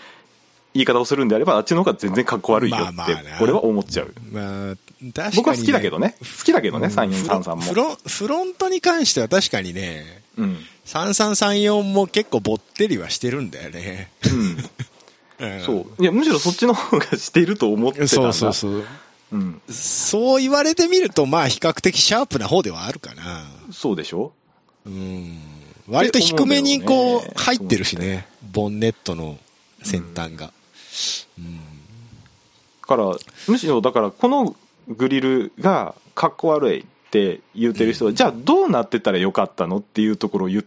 Speaker 1: 言い方をするんであればあっちの方が全然かっこ悪いよ
Speaker 2: まあま
Speaker 1: っ
Speaker 2: あ
Speaker 1: て
Speaker 2: な
Speaker 1: 俺は思っちゃう
Speaker 2: まあ、確かに、ね。
Speaker 1: 僕は好きだけどね好きだけどね
Speaker 2: うん
Speaker 1: 3433
Speaker 2: フ
Speaker 1: も
Speaker 2: ロンフロンフロントに関しては確かにね、
Speaker 1: うんうん
Speaker 2: 3334も結構ぼってりはしてるんだよね。うん
Speaker 1: そういやむしろそっちの方がしてると思ってたんだ
Speaker 2: そうそうそう。
Speaker 1: うん
Speaker 2: そう言われてみると、まあ比較的シャープな方ではあるかな。
Speaker 1: そうでしょ
Speaker 2: うん。割と低めにこ
Speaker 1: って思うんだよ
Speaker 2: う
Speaker 1: ね
Speaker 2: 入ってるしね。ボンネットの先端が。
Speaker 1: だからむしろだからこのグリルがかっこ悪いって言うてる人は、じゃあどうなってたらよかったのっていうところを言う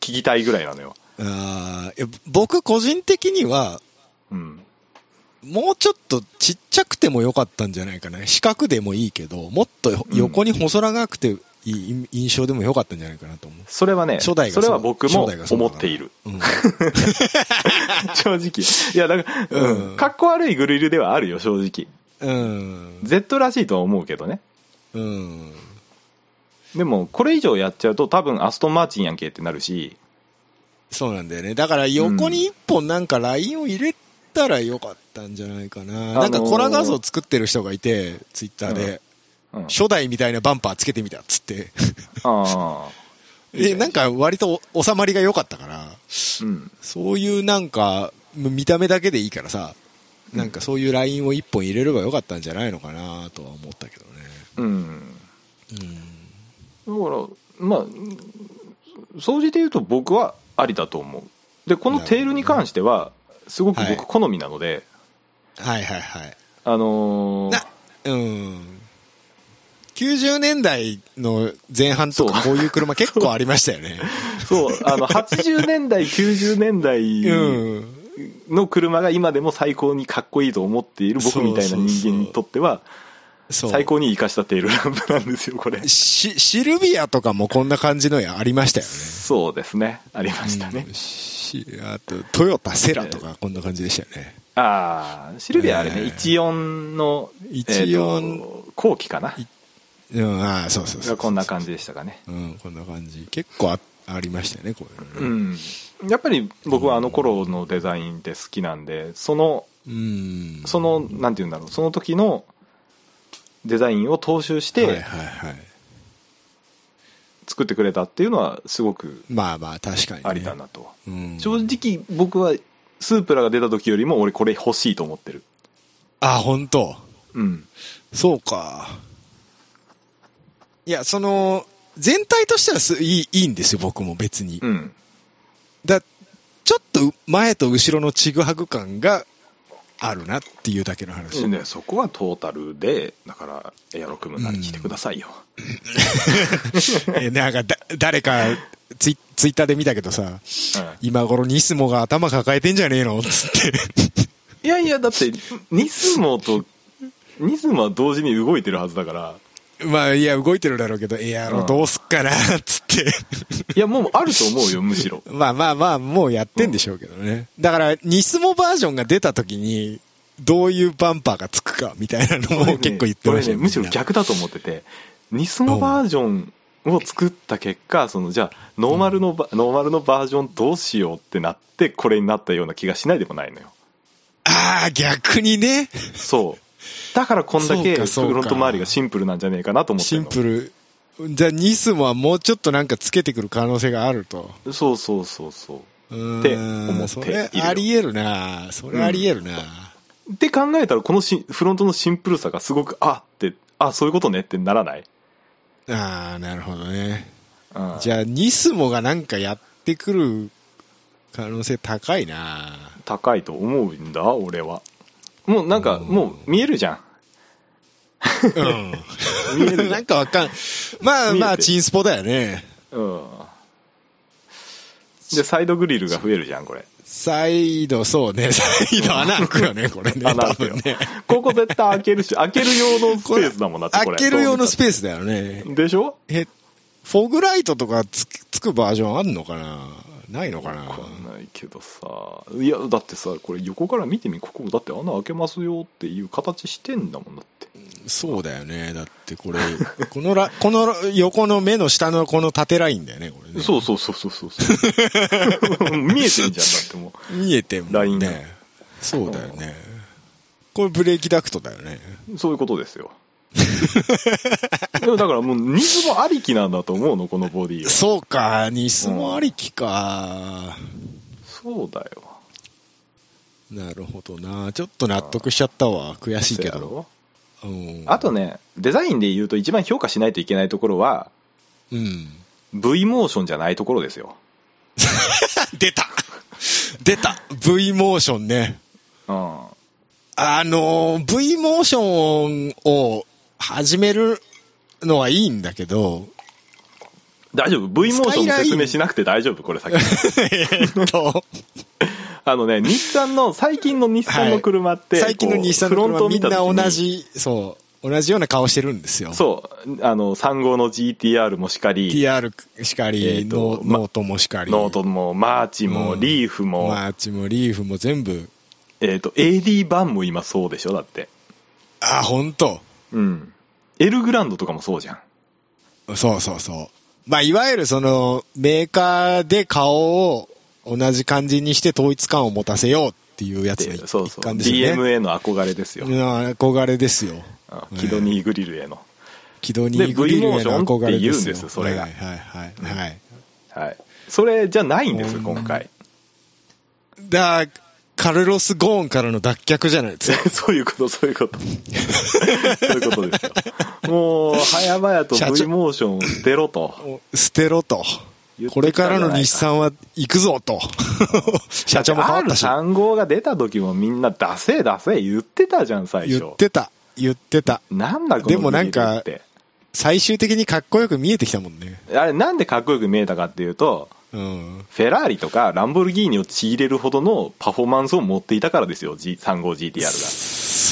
Speaker 1: 聞きたいぐらいなのよ、
Speaker 2: あーいや僕個人的には、
Speaker 1: うん、
Speaker 2: もうちょっとちっちゃくてもよかったんじゃないかな。四角でもいいけど、もっと横に細長くていい印象でもよかったんじゃないかなと思う。
Speaker 1: それはね
Speaker 2: 初代が
Speaker 1: それは僕も
Speaker 2: 初代がそうだ
Speaker 1: 思
Speaker 2: な
Speaker 1: っている
Speaker 2: うん
Speaker 1: 正 直いやだから、
Speaker 2: うん
Speaker 1: うんかっこ悪いグリルではあるよ正直
Speaker 2: うん。
Speaker 1: Z らしいとは思うけどね
Speaker 2: うん。
Speaker 1: でもこれ以上やっちゃうと多分アストンマーチンやんけってなるし
Speaker 2: そうなんだよね。だから横に一本なんかラインを入れたらよかったんじゃないかな。なんかコラ画像作ってる人がいて、ツイッターで、
Speaker 1: うん
Speaker 2: 初代みたいなバンパーつけてみたっつ って。
Speaker 1: ああ
Speaker 2: で、なんか割とお収まりが良かったから、
Speaker 1: うん
Speaker 2: そういうなんか、見た目だけでいいからさ、なんかそういうラインを一本入れればよかったんじゃないのかなとは思ったけどね。
Speaker 1: うん
Speaker 2: うん。
Speaker 1: だからまあうん総じて言うと僕はありだと思うでこのテールに関してはすごく
Speaker 2: はい
Speaker 1: 僕好みなので、
Speaker 2: はいはいはい。
Speaker 1: あのー
Speaker 2: な、うん。90年代の前半とかこういう車結構ありましたよ ね。
Speaker 1: そうあ の80年代90年代
Speaker 2: うん。
Speaker 1: の車が今でも最高にかっこいいと思っている僕みたいな人間にとっては
Speaker 2: そう。
Speaker 1: 最高に生かしたテールランプなんですよこれ
Speaker 2: しシルビアとかもこんな感じのやありましたよね。
Speaker 1: そうですねありましたね、
Speaker 2: うんしあと、トヨタセラとかこんな感じでしたよね。
Speaker 1: ああシルビアあれね、
Speaker 2: えー
Speaker 1: 14の
Speaker 2: 14
Speaker 1: えーと後期かな
Speaker 2: うん、ああ、そうそうそ
Speaker 1: が
Speaker 2: う
Speaker 1: こんな感じでしたかね
Speaker 2: うん、こんな感じ。結構あありましたよね、こういう
Speaker 1: う
Speaker 2: のね。
Speaker 1: ん、やっぱり僕はあの頃のデザインって好きなんでその
Speaker 2: うん。
Speaker 1: そのなんて言うんだろうその時のデザインを踏襲し
Speaker 2: はい
Speaker 1: て
Speaker 2: はいはい。
Speaker 1: 作ってくれたっていうのはすごく
Speaker 2: まあまあ、確かに、ね。
Speaker 1: ありだなと、
Speaker 2: うん。
Speaker 1: 正直僕はスープラが出た時よりも俺これ欲しいと思ってる
Speaker 2: あ、本当
Speaker 1: うん
Speaker 2: そうか。いや、その、全体としてはすいいいいんですよ、僕も別に。
Speaker 1: うん
Speaker 2: だちょっと前と後ろのちぐはぐ感があるなっていうだけの話。
Speaker 1: でそこはトータルでだからエアロクムなり来てくださいよ、
Speaker 2: えなんかだ、誰かツイ、ツイッターで見たけどさ、今頃ニスモが頭抱えてんじゃねえのつって。
Speaker 1: いやいやだ ってニスモとニスモは同時に動いてるはずだから
Speaker 2: まあ、いや、動いてるだろうけど、エアロどうすっかな、つって。
Speaker 1: いやもうあると思うよむしろ
Speaker 2: まあまあまあ、もうやってんでしょうけどね。だから、ニスモバージョンが出た時に、どういうバンパーがつくか、みたいなの
Speaker 1: 俺
Speaker 2: を
Speaker 1: ね
Speaker 2: 結構言ってま
Speaker 1: 俺
Speaker 2: したよ
Speaker 1: ねむしろ
Speaker 2: みんな
Speaker 1: 逆だと思っててニスモバージョンを作った結果そのじゃあノーマルのバ、ノーマルのバージョンどうしようってなってこれになったような気がしないでもないのよ
Speaker 2: ああ、逆にね、
Speaker 1: そうだからこんだけ
Speaker 2: そうかそうか
Speaker 1: フロント周りがシンプルなんじゃねえかなと思って
Speaker 2: シ
Speaker 1: る
Speaker 2: ン
Speaker 1: の
Speaker 2: プル。じゃあ、ニスモはもうちょっとなんかつけてくる可能性があると。
Speaker 1: そうそうそうそう
Speaker 2: ーん
Speaker 1: って思ってい
Speaker 2: そ
Speaker 1: るよ
Speaker 2: れあり得るなそれあり得るな、
Speaker 1: うって考えたらこのしフロントのシンプルさがすごくあってあそういうことねってならない、
Speaker 2: ああ、なるほどね。
Speaker 1: うん、
Speaker 2: じゃあ、ニスモがなんかやってくる可能性高いな
Speaker 1: 高いと思うんだ俺はもうなんかもう見えるじゃ
Speaker 2: うん
Speaker 1: 見える
Speaker 2: ん。 なんかわかん。まあま
Speaker 1: 見え
Speaker 2: あ、
Speaker 1: て
Speaker 2: チンスポだよね。
Speaker 1: うんでサイドグリルが増えるじゃん これ
Speaker 2: サイド、そう ね。サイド穴開くよね、これね。
Speaker 1: 穴開くよ
Speaker 2: 多分ね。
Speaker 1: ここ絶対開ける し開ける用のスペースだもんなってこ
Speaker 2: 開
Speaker 1: れ
Speaker 2: ける用のス
Speaker 1: ー
Speaker 2: ペースだよね。
Speaker 1: スでしょ
Speaker 2: え、フォグライトとかつくつくバージョンあんのかなないのかな
Speaker 1: わかんないけどさいやだってさこれ横から見てみここだって穴開けますよっていう形してんだもんだって
Speaker 2: そうだよね。だってこれ、 このら、この横の目の下のこの縦ラインだよね、これね。
Speaker 1: そうそうそうそう そうそう見えてんじゃんだっても
Speaker 2: 見えてもんね。
Speaker 1: ラインが
Speaker 2: そうだよね。これブレーキダクトだよね。
Speaker 1: うそういうことです よでもだからもうニズもありきなんだと思うのこのボディは
Speaker 2: そうか、ニスもありきか。
Speaker 1: そうだよ
Speaker 2: なるほどな。ちょっと納得しちゃったわ。悔しい
Speaker 1: そ
Speaker 2: け
Speaker 1: うや
Speaker 2: ど。
Speaker 1: ろ
Speaker 2: うん
Speaker 1: あとねデザインで言うと一番評価しないといけないところは
Speaker 2: うん。
Speaker 1: V モーションじゃないところですよ
Speaker 2: 出た出た !V モーションね。
Speaker 1: うん
Speaker 2: あのー、V モーションを始めるのはいいんだけど、
Speaker 1: 大丈夫 V モーションの説明しなくて大丈夫こ れ先
Speaker 2: えっと、
Speaker 1: あのね、日産の、最近の日産の車って、
Speaker 2: 最近の
Speaker 1: こう
Speaker 2: 日産の
Speaker 1: フロント
Speaker 2: 車
Speaker 1: を
Speaker 2: み
Speaker 1: 見
Speaker 2: ん
Speaker 1: た
Speaker 2: な
Speaker 1: 時に
Speaker 2: 同。じ、そう、同じような顔してるんですよ。
Speaker 1: そう、あの、3号の GTR もしかり、
Speaker 2: TR しかり、
Speaker 1: えっと
Speaker 2: ノ
Speaker 1: ま
Speaker 2: ノートもしかり。
Speaker 1: ノートも、マーチも、
Speaker 2: うん
Speaker 1: リーフも、
Speaker 2: マーチもリーフも全部。
Speaker 1: えっ、と、AD 版も今そうでしょ、だって。
Speaker 2: あ、本当
Speaker 1: うん。エルグランドとかもそうじゃん。
Speaker 2: そうそうそう。まあ、いわゆるその、メーカーで顔を同じ感じにして統一感を持たせようっていうやつ
Speaker 1: で
Speaker 2: の
Speaker 1: そう
Speaker 2: 一
Speaker 1: そう。
Speaker 2: 環ですよね。
Speaker 1: DMA の憧れですよ。
Speaker 2: うん憧れですよ。
Speaker 1: あキドニーグリルへの。
Speaker 2: 軌道に
Speaker 1: で
Speaker 2: グリルへの憧れですよ。
Speaker 1: V モーションって言うんですそれが
Speaker 2: はいはいはい、はい。
Speaker 1: はい。それじゃないんですよ、
Speaker 2: うん
Speaker 1: 今回。
Speaker 2: だカルロス・ゴーンからの脱却じゃないです か。
Speaker 1: そういうこと、そういうこと。 そういうことですよ。もう、早々と
Speaker 2: 社長
Speaker 1: V モーションを捨てろと。
Speaker 2: 捨てろと
Speaker 1: 言っ。て
Speaker 2: こ
Speaker 1: きた
Speaker 2: れ
Speaker 1: んじゃない
Speaker 2: か
Speaker 1: から
Speaker 2: の日産は行くぞと。社長も変わったし。
Speaker 1: R35 が出た時もみんな出せ出せ言ってたじゃん、最初。
Speaker 2: 言ってた。言ってた。
Speaker 1: なんだこの
Speaker 2: でもなんか
Speaker 1: ビールって
Speaker 2: 最終的にかっこよく見えてきたもんね。
Speaker 1: あれなんでかっこよく見えたかっていうと、
Speaker 2: うん。
Speaker 1: フェラーリとかランボルギーニを仕入れるほどのパフォーマンスを持っていたからですよ、G、35GTR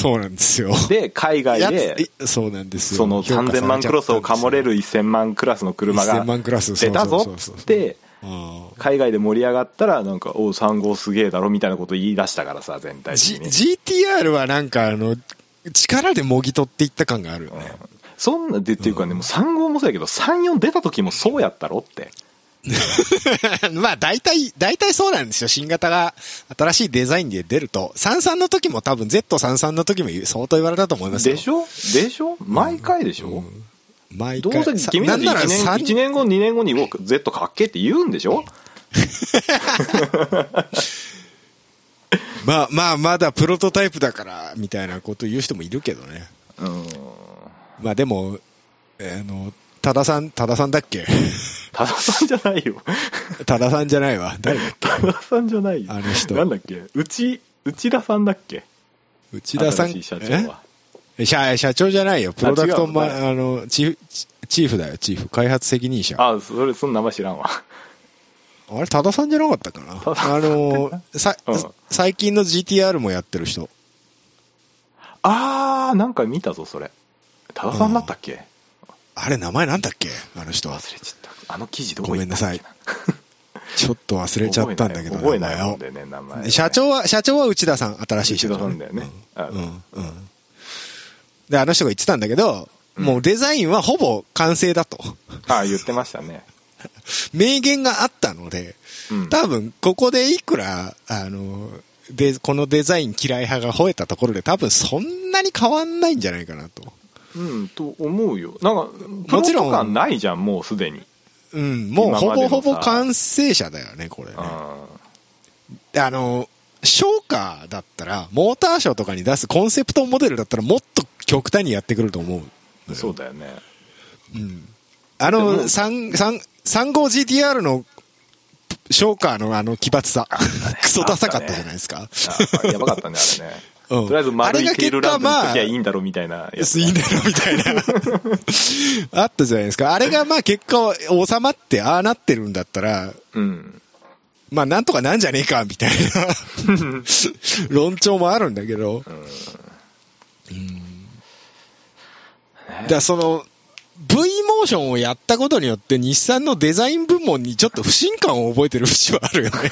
Speaker 2: そうなんですよ。
Speaker 1: が。で、海外
Speaker 2: や
Speaker 1: で、
Speaker 2: ついそうなんですよ。
Speaker 1: その
Speaker 2: 評価されちゃ
Speaker 1: 3000
Speaker 2: ったん
Speaker 1: 万
Speaker 2: です
Speaker 1: ク
Speaker 2: よ
Speaker 1: ロスをかもれる。1000万クラスの車
Speaker 2: 1000万ク
Speaker 1: が
Speaker 2: ラス
Speaker 1: 出た
Speaker 2: そ
Speaker 1: ぞ
Speaker 2: う
Speaker 1: っ
Speaker 2: そうそうそう
Speaker 1: つって、
Speaker 2: うん
Speaker 1: 海外で盛り上がったら、なんか、おう、35すげえだろみたいなこと言い出したからさ、全体的
Speaker 2: G-
Speaker 1: に。
Speaker 2: GTR はなんかあの、力でもぎ取っていった感があるよね。
Speaker 1: そんな、で、っていうかね、もう3号もそうやけど、34出た時もそうやったろって。
Speaker 2: まあ大体、大体そうなんですよ。新型が新しいデザインで出ると。33の時も多分 Z33 の時も相当言われたと思いますよ。
Speaker 1: でしょでしょ毎回でしょ、
Speaker 2: 毎
Speaker 1: どう
Speaker 2: 回。
Speaker 1: せ
Speaker 2: さ
Speaker 1: 君たち1年
Speaker 2: さん
Speaker 1: ,1 年後2年後にう Z かっけえって言うんでしょ
Speaker 2: まあまあまだプロトタイプだから、みたいなこと言う人もいるけどね。
Speaker 1: うん
Speaker 2: まあでも、えーあの、多田さん、多田さんだっ け
Speaker 1: 多田さんじゃないよ
Speaker 2: 多田さんじゃないわ。誰だっ
Speaker 1: 多田さんじゃないよ
Speaker 2: あの人
Speaker 1: なんだっけうち内田さんだっけ
Speaker 2: け内田さん。
Speaker 1: 新しい社長は
Speaker 2: え社社長じゃないよ。プロダクトマ
Speaker 1: あ違うの
Speaker 2: あの、チーフ、チチーフだよ、チーフ。開発責任者。あ
Speaker 1: あそれその名前知らんわ
Speaker 2: れ、多田さんじゃなかったかな
Speaker 1: 多田
Speaker 2: あの、さ、
Speaker 1: うん
Speaker 2: 最近の GTR もやってる人。
Speaker 1: あーなんか見たぞそれ多田さんだったっけ、
Speaker 2: あれ、名前なんだっけあの人は。
Speaker 1: 忘れちゃったあの記事どこ
Speaker 2: ごめんなさい
Speaker 1: 行っ。
Speaker 2: ちょっと忘れちゃったんだけど、
Speaker 1: 覚え
Speaker 2: 名
Speaker 1: ない
Speaker 2: 前を
Speaker 1: 覚えないもんでね名前をね
Speaker 2: 社長は、社長は内田さん、新しい社長。
Speaker 1: 内田さんだよね
Speaker 2: うん
Speaker 1: あ
Speaker 2: う
Speaker 1: の
Speaker 2: ん。うんで、あの人が言ってたんだけど、もうデザインはほぼ完成だと。
Speaker 1: あー言ってましたね
Speaker 2: 名言があったので、
Speaker 1: うん
Speaker 2: 多分ここでいくら、あの、で、このデザイン嫌い派が吠えたところで多分そんなに変わんないんじゃないかなと。
Speaker 1: うん、と思うよなんかプロ
Speaker 2: もちろん
Speaker 1: とかないじゃんもうすでに、
Speaker 2: うん、もうほぼほ
Speaker 1: 今
Speaker 2: ぼ
Speaker 1: までのさ
Speaker 2: 完成者だよね、これね。
Speaker 1: あ
Speaker 2: あの、ショーカーだったら、モーターショーとかに出すコンセプトモデルだったらもっと極端にやってくると思う。
Speaker 1: ーそうだよね
Speaker 2: あ
Speaker 1: で
Speaker 2: の、
Speaker 1: も
Speaker 2: 3、3、35GTR のショーカーのあの奇抜さ。クソダサかったじゃないですか。
Speaker 1: あやばかったねあれね、
Speaker 2: うん
Speaker 1: とりあえず丸い
Speaker 2: あれが
Speaker 1: テール
Speaker 2: 結
Speaker 1: ラ
Speaker 2: 果
Speaker 1: ンプにしときゃ
Speaker 2: まあ
Speaker 1: いいんだろうみたいなやつ
Speaker 2: いいんだろみたい な。あったじゃないですか。あれがまあ結果収まって、ああなってるんだったら、
Speaker 1: うん
Speaker 2: まあなんとかなんじゃねえか、みたいな論調もあるんだけど。うんだからその、V モーションをやったことによって日産のデザイン部門にちょっと不信感を覚えてる節はあるよね。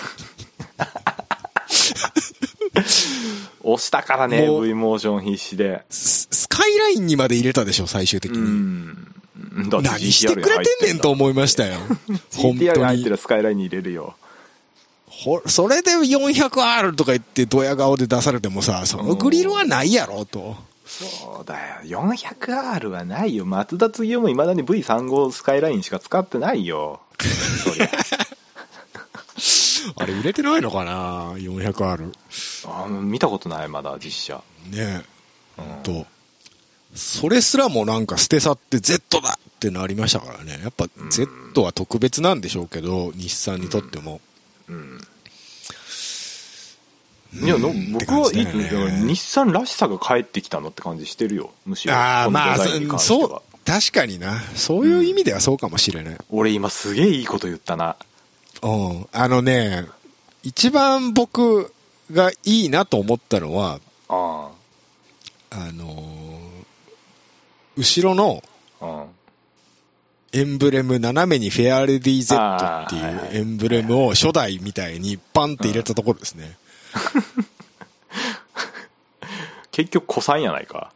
Speaker 1: 押したからね
Speaker 2: もう
Speaker 1: V モーション必死で
Speaker 2: ススカイラインにまで入れたでしょ、最終的
Speaker 1: う
Speaker 2: に。
Speaker 1: んだって
Speaker 2: 何してくれてんねんと思いましたよ。本
Speaker 1: GTR が
Speaker 2: 当
Speaker 1: 入っ
Speaker 2: に
Speaker 1: て。るスカイラインに入れるよ
Speaker 2: ほそれで 400R とか言ってドヤ顔で出されてもさ、そのグリルはないやろと。
Speaker 1: そうだよ 400R はないよ松田次夫もいまだに V35 スカイラインしか使ってないよそりゃ
Speaker 2: あれ売れてないのかな ?400R。ね
Speaker 1: あの見たことないまだ実写
Speaker 2: え。ほんと。それすらもなんか捨て去って Z だってなりましたからね。やっぱ Z は特別なんでしょうけど、日産にとっても。
Speaker 1: いやの
Speaker 2: って
Speaker 1: 僕
Speaker 2: 感
Speaker 1: は
Speaker 2: じ
Speaker 1: い
Speaker 2: だ
Speaker 1: い
Speaker 2: よ
Speaker 1: と
Speaker 2: ね
Speaker 1: 思うけど日産らしさが帰ってきたのって感じしてるよむしろ
Speaker 2: ああ、
Speaker 1: この
Speaker 2: まあ、
Speaker 1: デザインに関して
Speaker 2: そ
Speaker 1: は
Speaker 2: う、確かにな。そういう意味ではそうかもしれない。
Speaker 1: 俺今すげえいいこと言ったな
Speaker 2: うん。あのね、一番僕がいいなと思ったのは、
Speaker 1: あ
Speaker 2: あのー後ろの
Speaker 1: あうん
Speaker 2: エンブレム、斜めにフェアレディ Z って
Speaker 1: あーはいはい
Speaker 2: いうエンブレムを初代みたいにパンって入れたところですね。
Speaker 1: 結局古参やない か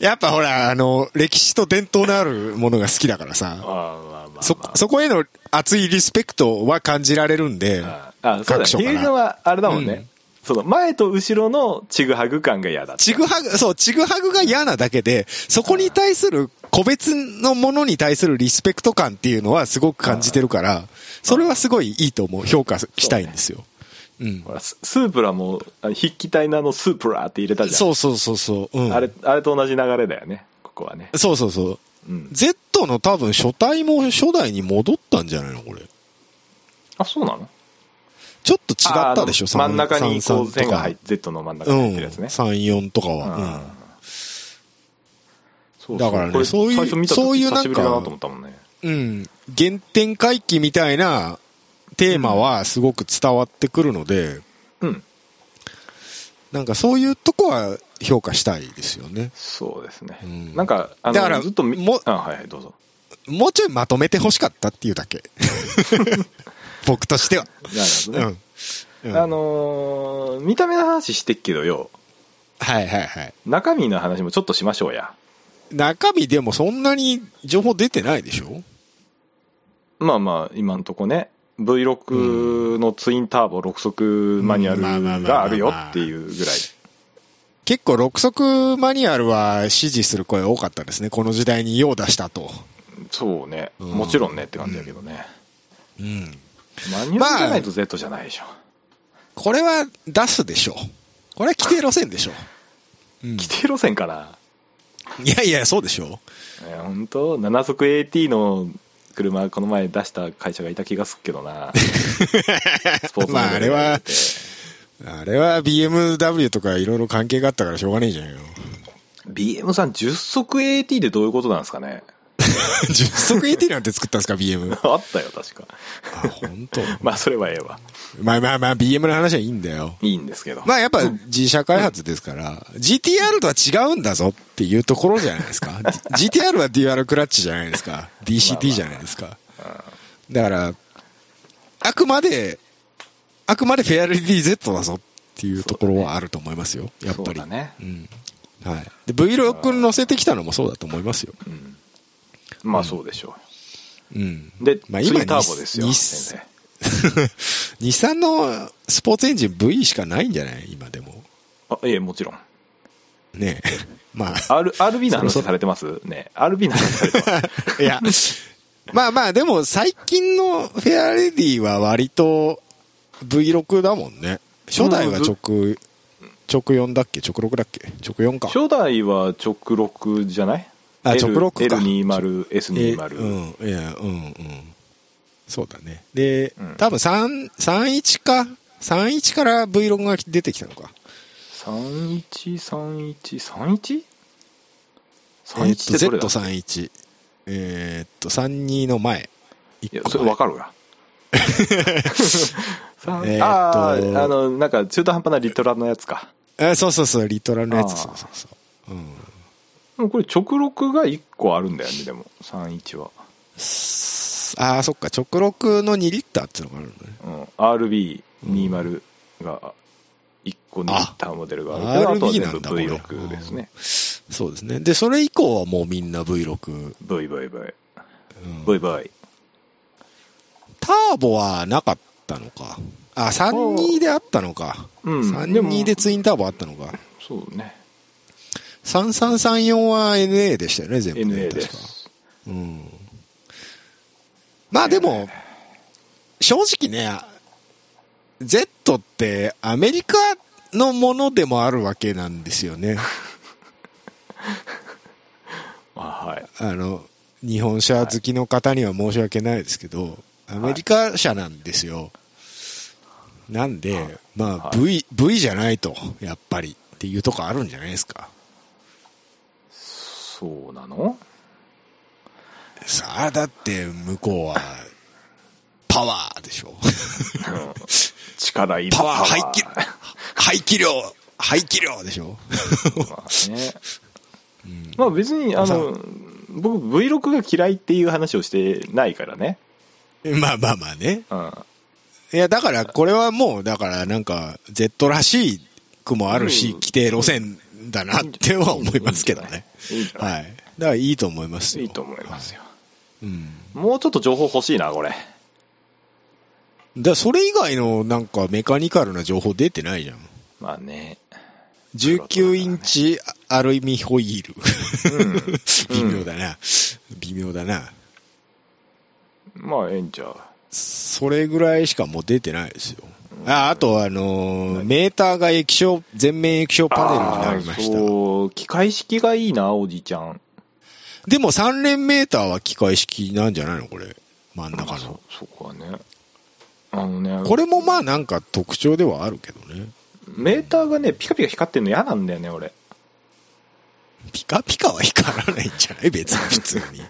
Speaker 2: やっぱほら、あの、歴史と伝統のあるものが好きだから
Speaker 1: あ
Speaker 2: さ、
Speaker 1: あまあまあ、まあ、
Speaker 2: そ、そこへの熱いリスペクトは感じられるんで、
Speaker 1: ああそうだ
Speaker 2: 各所か
Speaker 1: ね
Speaker 2: ら
Speaker 1: 牛丼はあれだもんね、
Speaker 2: うん
Speaker 1: その前と後ろのちぐはぐ感が嫌だって
Speaker 2: ちぐはぐ、そう、ちぐはぐが嫌なだけで、そこに対する、個別のものに対するリスペクト感っていうのはすごく感じてるから、それはすごいいいと思う。評価したいんですよ。うん。
Speaker 1: ほらススープラもあ筆記体のあのスープラって入れたじゃん
Speaker 2: そうそうそうそう。うん。
Speaker 1: あれあれと同じ流れだよねここはね
Speaker 2: そうそうそう。
Speaker 1: うん
Speaker 2: Z の多分初体も初代に戻ったんじゃないのこれ。
Speaker 1: あそうなの
Speaker 2: ちょっと違ったでしょ
Speaker 1: ああの真ん中にこう
Speaker 2: 33
Speaker 1: 線
Speaker 2: と
Speaker 1: が
Speaker 2: か
Speaker 1: 入って Z の真ん中
Speaker 2: う
Speaker 1: に
Speaker 2: ん。
Speaker 1: 入ってるやつね、
Speaker 2: 34とか
Speaker 1: うん
Speaker 2: は。
Speaker 1: そうそう
Speaker 2: だからね
Speaker 1: これ
Speaker 2: そういう
Speaker 1: 最初見た時
Speaker 2: そういうなん
Speaker 1: 久し
Speaker 2: か
Speaker 1: ぶりだなと思ったもんね
Speaker 2: うん。うん。原点回帰みたいなテーマはすごく伝わってくるので、
Speaker 1: うん
Speaker 2: なんかそういうとこは評価したいですよね。
Speaker 1: そうですね、
Speaker 2: ん
Speaker 1: なんかあの
Speaker 2: だから
Speaker 1: ずっとみ
Speaker 2: も
Speaker 1: あはいはいどうぞ
Speaker 2: もうちょいまとめて欲しかったっていう だけ。僕としては。
Speaker 1: なるほど
Speaker 2: う
Speaker 1: ね、
Speaker 2: ん。うん
Speaker 1: あのー見た目の話してっけどよ
Speaker 2: はいはいはい。
Speaker 1: 中身の話もちょっとしましょうや
Speaker 2: 中身でもそんなに情報出てないでしょ
Speaker 1: まあまあ今んとこね V6 のツインターボ6速マニュ
Speaker 2: うんまあま
Speaker 1: アル
Speaker 2: あまあまあま
Speaker 1: が
Speaker 2: あ
Speaker 1: あるよっていうぐらい
Speaker 2: 結構6速マニュアルは支持する声多かったですね。この時代に用を出したと。
Speaker 1: そうね
Speaker 2: うん
Speaker 1: もちろんねって感じだけどね
Speaker 2: うん。
Speaker 1: マニュアルじゃないと Z じゃないでしょ
Speaker 2: これは出すでしょう。これは規定路線でしょう。うん。
Speaker 1: 規定路線かない
Speaker 2: やいや、そうでしょ
Speaker 1: えー本当7速 AT の車この前出した会社がいた気がするけど なスポーツモデルで
Speaker 2: まああれはう。あれは BMW とかいろいろ関係があったからしょうがねえじゃん よ。
Speaker 1: BM さん10速 AT でどういうことなんですかね
Speaker 2: 10速 AT なんて作ったんですか、BM。
Speaker 1: あったよ確か
Speaker 2: あ、本当。
Speaker 1: まあそれはええわ
Speaker 2: まあまあまあ、BM の話はいいんだよ。
Speaker 1: いいんですけど
Speaker 2: まあやっぱ自社開発ですから、GTR とは違うんだぞっていうところじゃないです か。GTR はデュアルクラッチじゃないですか。DCT じゃないですか。だから、あくまで、あくまでフェアレディ Z だぞっていうところはあると思いますよ。やっぱ
Speaker 1: そう
Speaker 2: り。
Speaker 1: だね
Speaker 2: うん。はい。で、V6 に乗せてきたのもそうだと思いますよ。
Speaker 1: まあそうでしょう
Speaker 2: うん。
Speaker 1: で、
Speaker 2: まあ
Speaker 1: ツイ
Speaker 2: 今
Speaker 1: ンターボですよ、
Speaker 2: 日
Speaker 1: 先生。
Speaker 2: 日産のスポーツエンジン V しかないんじゃない今でも。
Speaker 1: あええもちろん
Speaker 2: ねえ。 ま
Speaker 1: R RB の
Speaker 2: そ
Speaker 1: 話
Speaker 2: うそう
Speaker 1: されてますね RB の話されてます
Speaker 2: あ、いや。まあまあ、でも最近のフェアレディは割と V6 だもんね。初代は直、直4だっけ直6だっけ直4か。
Speaker 1: 初代は直6じゃない
Speaker 2: あ
Speaker 1: L-
Speaker 2: 直六か
Speaker 1: L20S20
Speaker 2: えうん、いや、うん、うん。そうだね。で、
Speaker 1: うん
Speaker 2: 多分3、31か、31から V6 が出てきたのか。
Speaker 1: 313131
Speaker 2: えーっ
Speaker 1: 31ってどれだ、
Speaker 2: と、Z31。えーっと、32の前。
Speaker 1: いや
Speaker 2: 1
Speaker 1: そ
Speaker 2: 個
Speaker 1: れ
Speaker 2: 前
Speaker 1: 分かる わさ
Speaker 2: えーっと
Speaker 1: あーあのなんか中途半端なリトラのやつか
Speaker 2: えそうそうそう、リトラのや
Speaker 1: あー
Speaker 2: つ、そうそうそう。うん。
Speaker 1: でもこれ直6が1個あるんだよねでも31は、
Speaker 2: すあーそっか、直録の2リッターっていうのがあるのね。
Speaker 1: うん、RB20 が1個2リッターモデルがあるけどあ
Speaker 2: RB
Speaker 1: とは全部
Speaker 2: なんだこれ
Speaker 1: V6 ですね
Speaker 2: そうですね。で、それ以降はもうみんな V6。
Speaker 1: VVV
Speaker 2: うん、
Speaker 1: VV
Speaker 2: ターボはなかったのか。あ、32であったのか。
Speaker 1: うんでも
Speaker 2: 32でツインターボあったのか。
Speaker 1: そうね
Speaker 2: 3334は NA でしたよね、全部、ね。
Speaker 1: NA で
Speaker 2: 確か。
Speaker 1: す
Speaker 2: うん。まあでも、正直ね、Z ってアメリカのものでもあるわけなんですよね。
Speaker 1: あはい
Speaker 2: あの、日本車好きの方には申し訳ないですけど、アメリカ車なんですよ。なんで、まあ、V、V じゃないと、やっぱりっていうとこあるんじゃないですか。
Speaker 1: そうなの
Speaker 2: さあ、だって、向こうは、パワーでしょ。
Speaker 1: 力いる
Speaker 2: パワー、排気、排気量、排気量でしょ。
Speaker 1: まあねまあ別にあの僕 V6 が嫌いっていう話をしてないからね
Speaker 2: まあまあまあね。
Speaker 1: うん
Speaker 2: いや、だから、これはもう、だから、なんか、Z らしくもあるし、
Speaker 1: うん
Speaker 2: 規定路線だなっては思いますけどね。
Speaker 1: いいんじゃない
Speaker 2: はい。だから、いいと思いますよ。
Speaker 1: いいと思いますよ
Speaker 2: うん。
Speaker 1: もうちょっと情報欲しいなこれ
Speaker 2: だからそれ以外の、なんか、メカニカルな情報出てないじゃん。
Speaker 1: まあね
Speaker 2: 19インチアルミホイール。
Speaker 1: うん
Speaker 2: 微妙だな。微妙だな。
Speaker 1: まあええんちゃう
Speaker 2: それぐらいしかもう出てないですよ。あ、あと、あのーメーターが液晶、全面液晶パネルになりまし
Speaker 1: あー
Speaker 2: た。
Speaker 1: そう機械式がいいなおじちゃん
Speaker 2: でも3連メーターは機械式なんじゃないのこれ。真ん中
Speaker 1: そ
Speaker 2: の。
Speaker 1: そこはねあのね
Speaker 2: これもまあなんか特徴ではあるけどね。
Speaker 1: メーターがねピカピカ光ってんの嫌なんだよね俺
Speaker 2: ピカピカは光らないんじゃない別に普通に。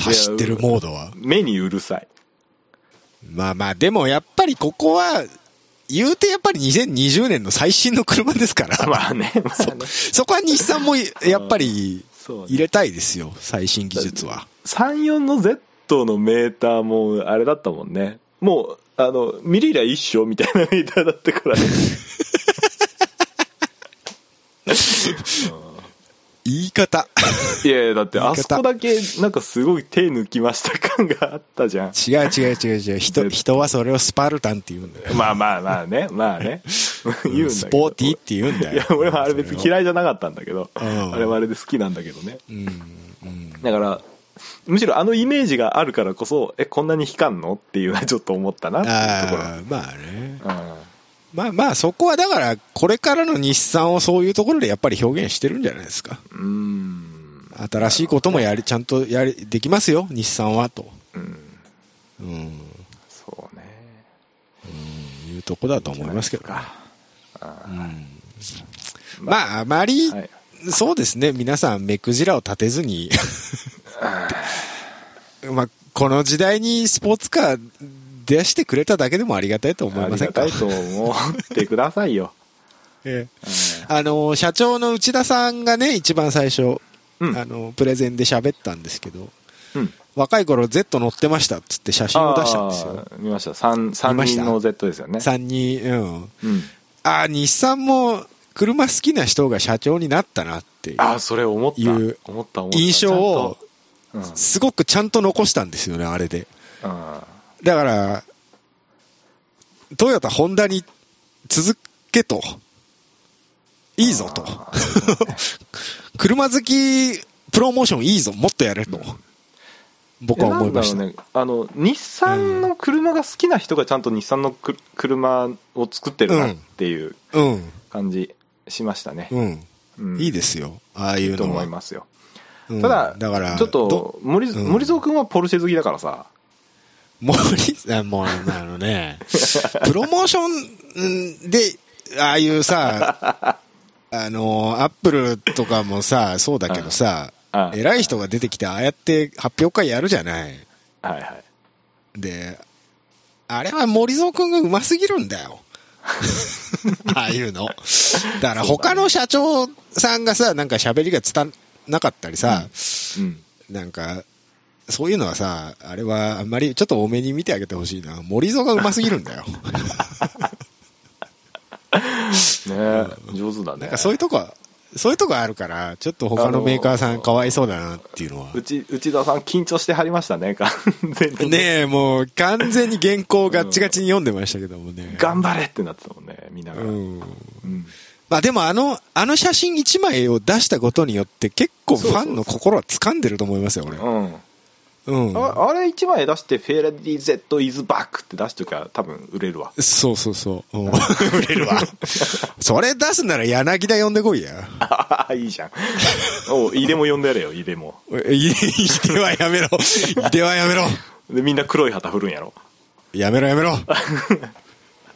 Speaker 2: 走ってるモードは。
Speaker 1: 目にうるさい
Speaker 2: まあまあ、でもやっぱりここは、言うてやっぱり2020年の最新の車で すから。
Speaker 1: まあ ねまあね
Speaker 2: そこは日産もやっぱり
Speaker 1: そう
Speaker 2: 入れたいですよ。最新技術は。
Speaker 1: 34の Z のメーターもあれだったもんねもうあのミリーラ一緒みたいなメーターだった からね
Speaker 2: 言い方。
Speaker 1: いやいやだって
Speaker 2: 言い方
Speaker 1: あそこだけなんかすごい手抜きました感があったじゃん
Speaker 2: 違う違う違う違う。人、
Speaker 1: 絶対
Speaker 2: 人はそれをスパルタンって言うんだよ。
Speaker 1: まあまあまあねまあ ね 言うんだけど
Speaker 2: スポーティーって言うんだ
Speaker 1: い
Speaker 2: よ
Speaker 1: や。俺はあれ別に
Speaker 2: い。
Speaker 1: 嫌いじゃなかったんだけど、
Speaker 2: うん
Speaker 1: あれはあれで好きなんだけどね
Speaker 2: うん。うん。
Speaker 1: だからむしろあのイメージがあるからこそえこんなに光んのっていうのはちょっと思ったなっていうところ
Speaker 2: ああ、まあね。
Speaker 1: うん
Speaker 2: まあまあ、そこはだから、これからの日産をそういうところでやっぱり表現してるんじゃないですか。
Speaker 1: うーん
Speaker 2: 新しいこともやり、ちゃんとやり、できますよ、日産は、と。
Speaker 1: うん
Speaker 2: うん。
Speaker 1: そうね
Speaker 2: いうとこだと思いますけどね。うんまあ、あまり、
Speaker 1: はい
Speaker 2: そうですね、皆さん、目くじらを立てずに、 まあ、この時代にスポーツカー出してくれただけでもありがたいと思い
Speaker 1: あ
Speaker 2: ま
Speaker 1: り
Speaker 2: せん
Speaker 1: が
Speaker 2: か
Speaker 1: たい。と思ってくださ いよ
Speaker 2: ええあの、社長の内田さんがね、一番最初、
Speaker 1: うん
Speaker 2: あの、プレゼンで喋ったんですけど、
Speaker 1: うん
Speaker 2: 若い頃 Z 乗ってましたっつって写真を出したんですよ
Speaker 1: あ。ー見ました 3,
Speaker 2: 見ました
Speaker 1: 人の Z ですよね
Speaker 2: 3人、うん。
Speaker 1: うん
Speaker 2: ああ、日産も車好きな人が社長になったなっていう
Speaker 1: ああそれ思った
Speaker 2: い
Speaker 1: 思
Speaker 2: う
Speaker 1: った思った
Speaker 2: 印象を、
Speaker 1: ちゃんと
Speaker 2: すごくちゃんと残したんですよね、あれで。
Speaker 1: うんうん
Speaker 2: だから、トヨタ、ホンダに続けと。いいぞと。 車好きプロモーションいいぞ、もっとやれと。僕は思いました。
Speaker 1: なんだろうね、あの日産の車が好きな人がちゃんと日産のく車を作ってるなっていう
Speaker 2: うん、
Speaker 1: 感じしましたね、
Speaker 2: うん、
Speaker 1: うん
Speaker 2: いいですよ。ああい
Speaker 1: いういと
Speaker 2: の
Speaker 1: 思
Speaker 2: は。
Speaker 1: いますよ、
Speaker 2: うん
Speaker 1: ただ
Speaker 2: だから、
Speaker 1: ちょっと
Speaker 2: ど、
Speaker 1: 森
Speaker 2: うん
Speaker 1: 森蔵君はポルシェ好きだからさ、
Speaker 2: 森さん、も う、あのね、プロモーションうんで、ああいうさ、 あの、アップルとかもさ、そうだけど
Speaker 1: うん、
Speaker 2: さ
Speaker 1: うん
Speaker 2: 偉い人が出てきて、ああやって発表会やるじゃない。
Speaker 1: はいはい
Speaker 2: で、あれは森蔵くんがうますぎるん だよ。ああいうの。だから他の社長さんがさ、なんか喋りが伝わなかったりさ、
Speaker 1: うん、
Speaker 2: なんか、そういうのはさ、あれはあんまりちょっと多めに見てあげてほしいな。森蔵がうますぎるん だよ。
Speaker 1: ね上手だね
Speaker 2: なんかそういうとこは、そういうとこあるから、ちょっと他のメーカーさんかわいそうだなっていうのは。
Speaker 1: うち内田さん緊張してはりましたね完全に
Speaker 2: ねえ、もう完全に原稿をガッチガチに読んでましたけどもね。
Speaker 1: 頑張れってなってたもんねみんなが、
Speaker 2: う
Speaker 1: うん
Speaker 2: ん。まあでもあの、あの写真1枚を出したことによって結構ファンの心は掴んでると思いますよ、俺。
Speaker 1: うん
Speaker 2: うん。
Speaker 1: ああれ1枚出して「フェアラディ Z is back」って出しときゃ多分売れるわ
Speaker 2: そうそうそう。うん売れるわ。 それ出すなら柳田呼んでこいや。
Speaker 1: あ あいいじゃんおう井出も呼んでやれよ井出も
Speaker 2: い、いてはやめろ。いてはやめろ。
Speaker 1: でみんな黒い旗振るんやろ
Speaker 2: やめろやめろ。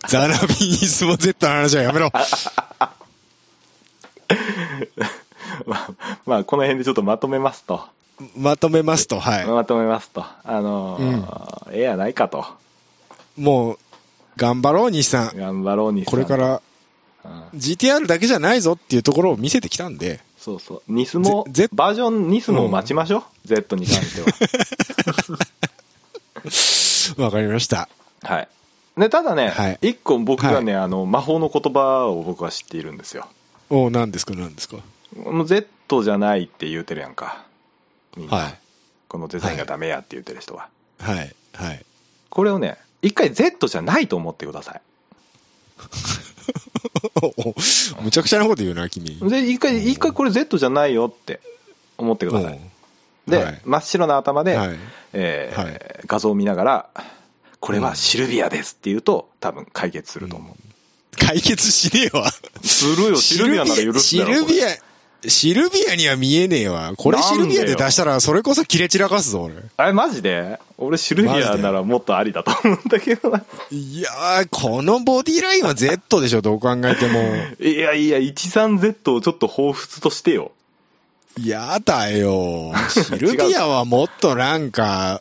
Speaker 2: ザラビニスモ Z の話はやめろ。
Speaker 1: まあ、まあ、この辺でちょっとまとめますと
Speaker 2: まとめますと、は
Speaker 1: まとめますとあのーええやないかと
Speaker 2: い。もう、頑張ろう、西さん。
Speaker 1: 頑張ろうに
Speaker 2: これから
Speaker 1: ん
Speaker 2: GTR だけじゃないぞっていうところを見せてきたんで。
Speaker 1: そうそうニスも
Speaker 2: ぜぜ
Speaker 1: バージョンニスも待ちましょう、Z に関しては
Speaker 2: わかりました。
Speaker 1: はいね、ただね、
Speaker 2: はい
Speaker 1: 一個僕がね、あの魔法の言葉を僕は知っているんですよ
Speaker 2: お何ですか、何ですか。
Speaker 1: もう Z じゃないって言うてるやんかみんな、
Speaker 2: はい。
Speaker 1: このデザインがダメやって言ってる人は、
Speaker 2: はい、はい。
Speaker 1: これをね一回 Z じゃないと思ってください
Speaker 2: おむちゃくちゃなこと言うな、君。
Speaker 1: で一回一回これ Z じゃないよって思ってください
Speaker 2: うん
Speaker 1: で、
Speaker 2: はい
Speaker 1: 真っ白な頭で、
Speaker 2: はい
Speaker 1: えー
Speaker 2: はい
Speaker 1: 画像を見ながら「これはシルビアです」って言うと多分解決すると思う、
Speaker 2: 解決しねえわ。
Speaker 1: するよシルビアなら許す
Speaker 2: シ
Speaker 1: だろ
Speaker 2: ル
Speaker 1: これ
Speaker 2: ビア、シルビアには見えねえわ。これシルビアで出したら、それこそ切れ散らかすぞ、俺。
Speaker 1: あれマジで俺シルビアならもっとありだと思うんだけどない
Speaker 2: やー、このボディラインは Z でしょ、どう考えて も。
Speaker 1: いやいや 13Z をちょっと彷彿としてよ
Speaker 2: やだよ。シルビアはもっとなんか、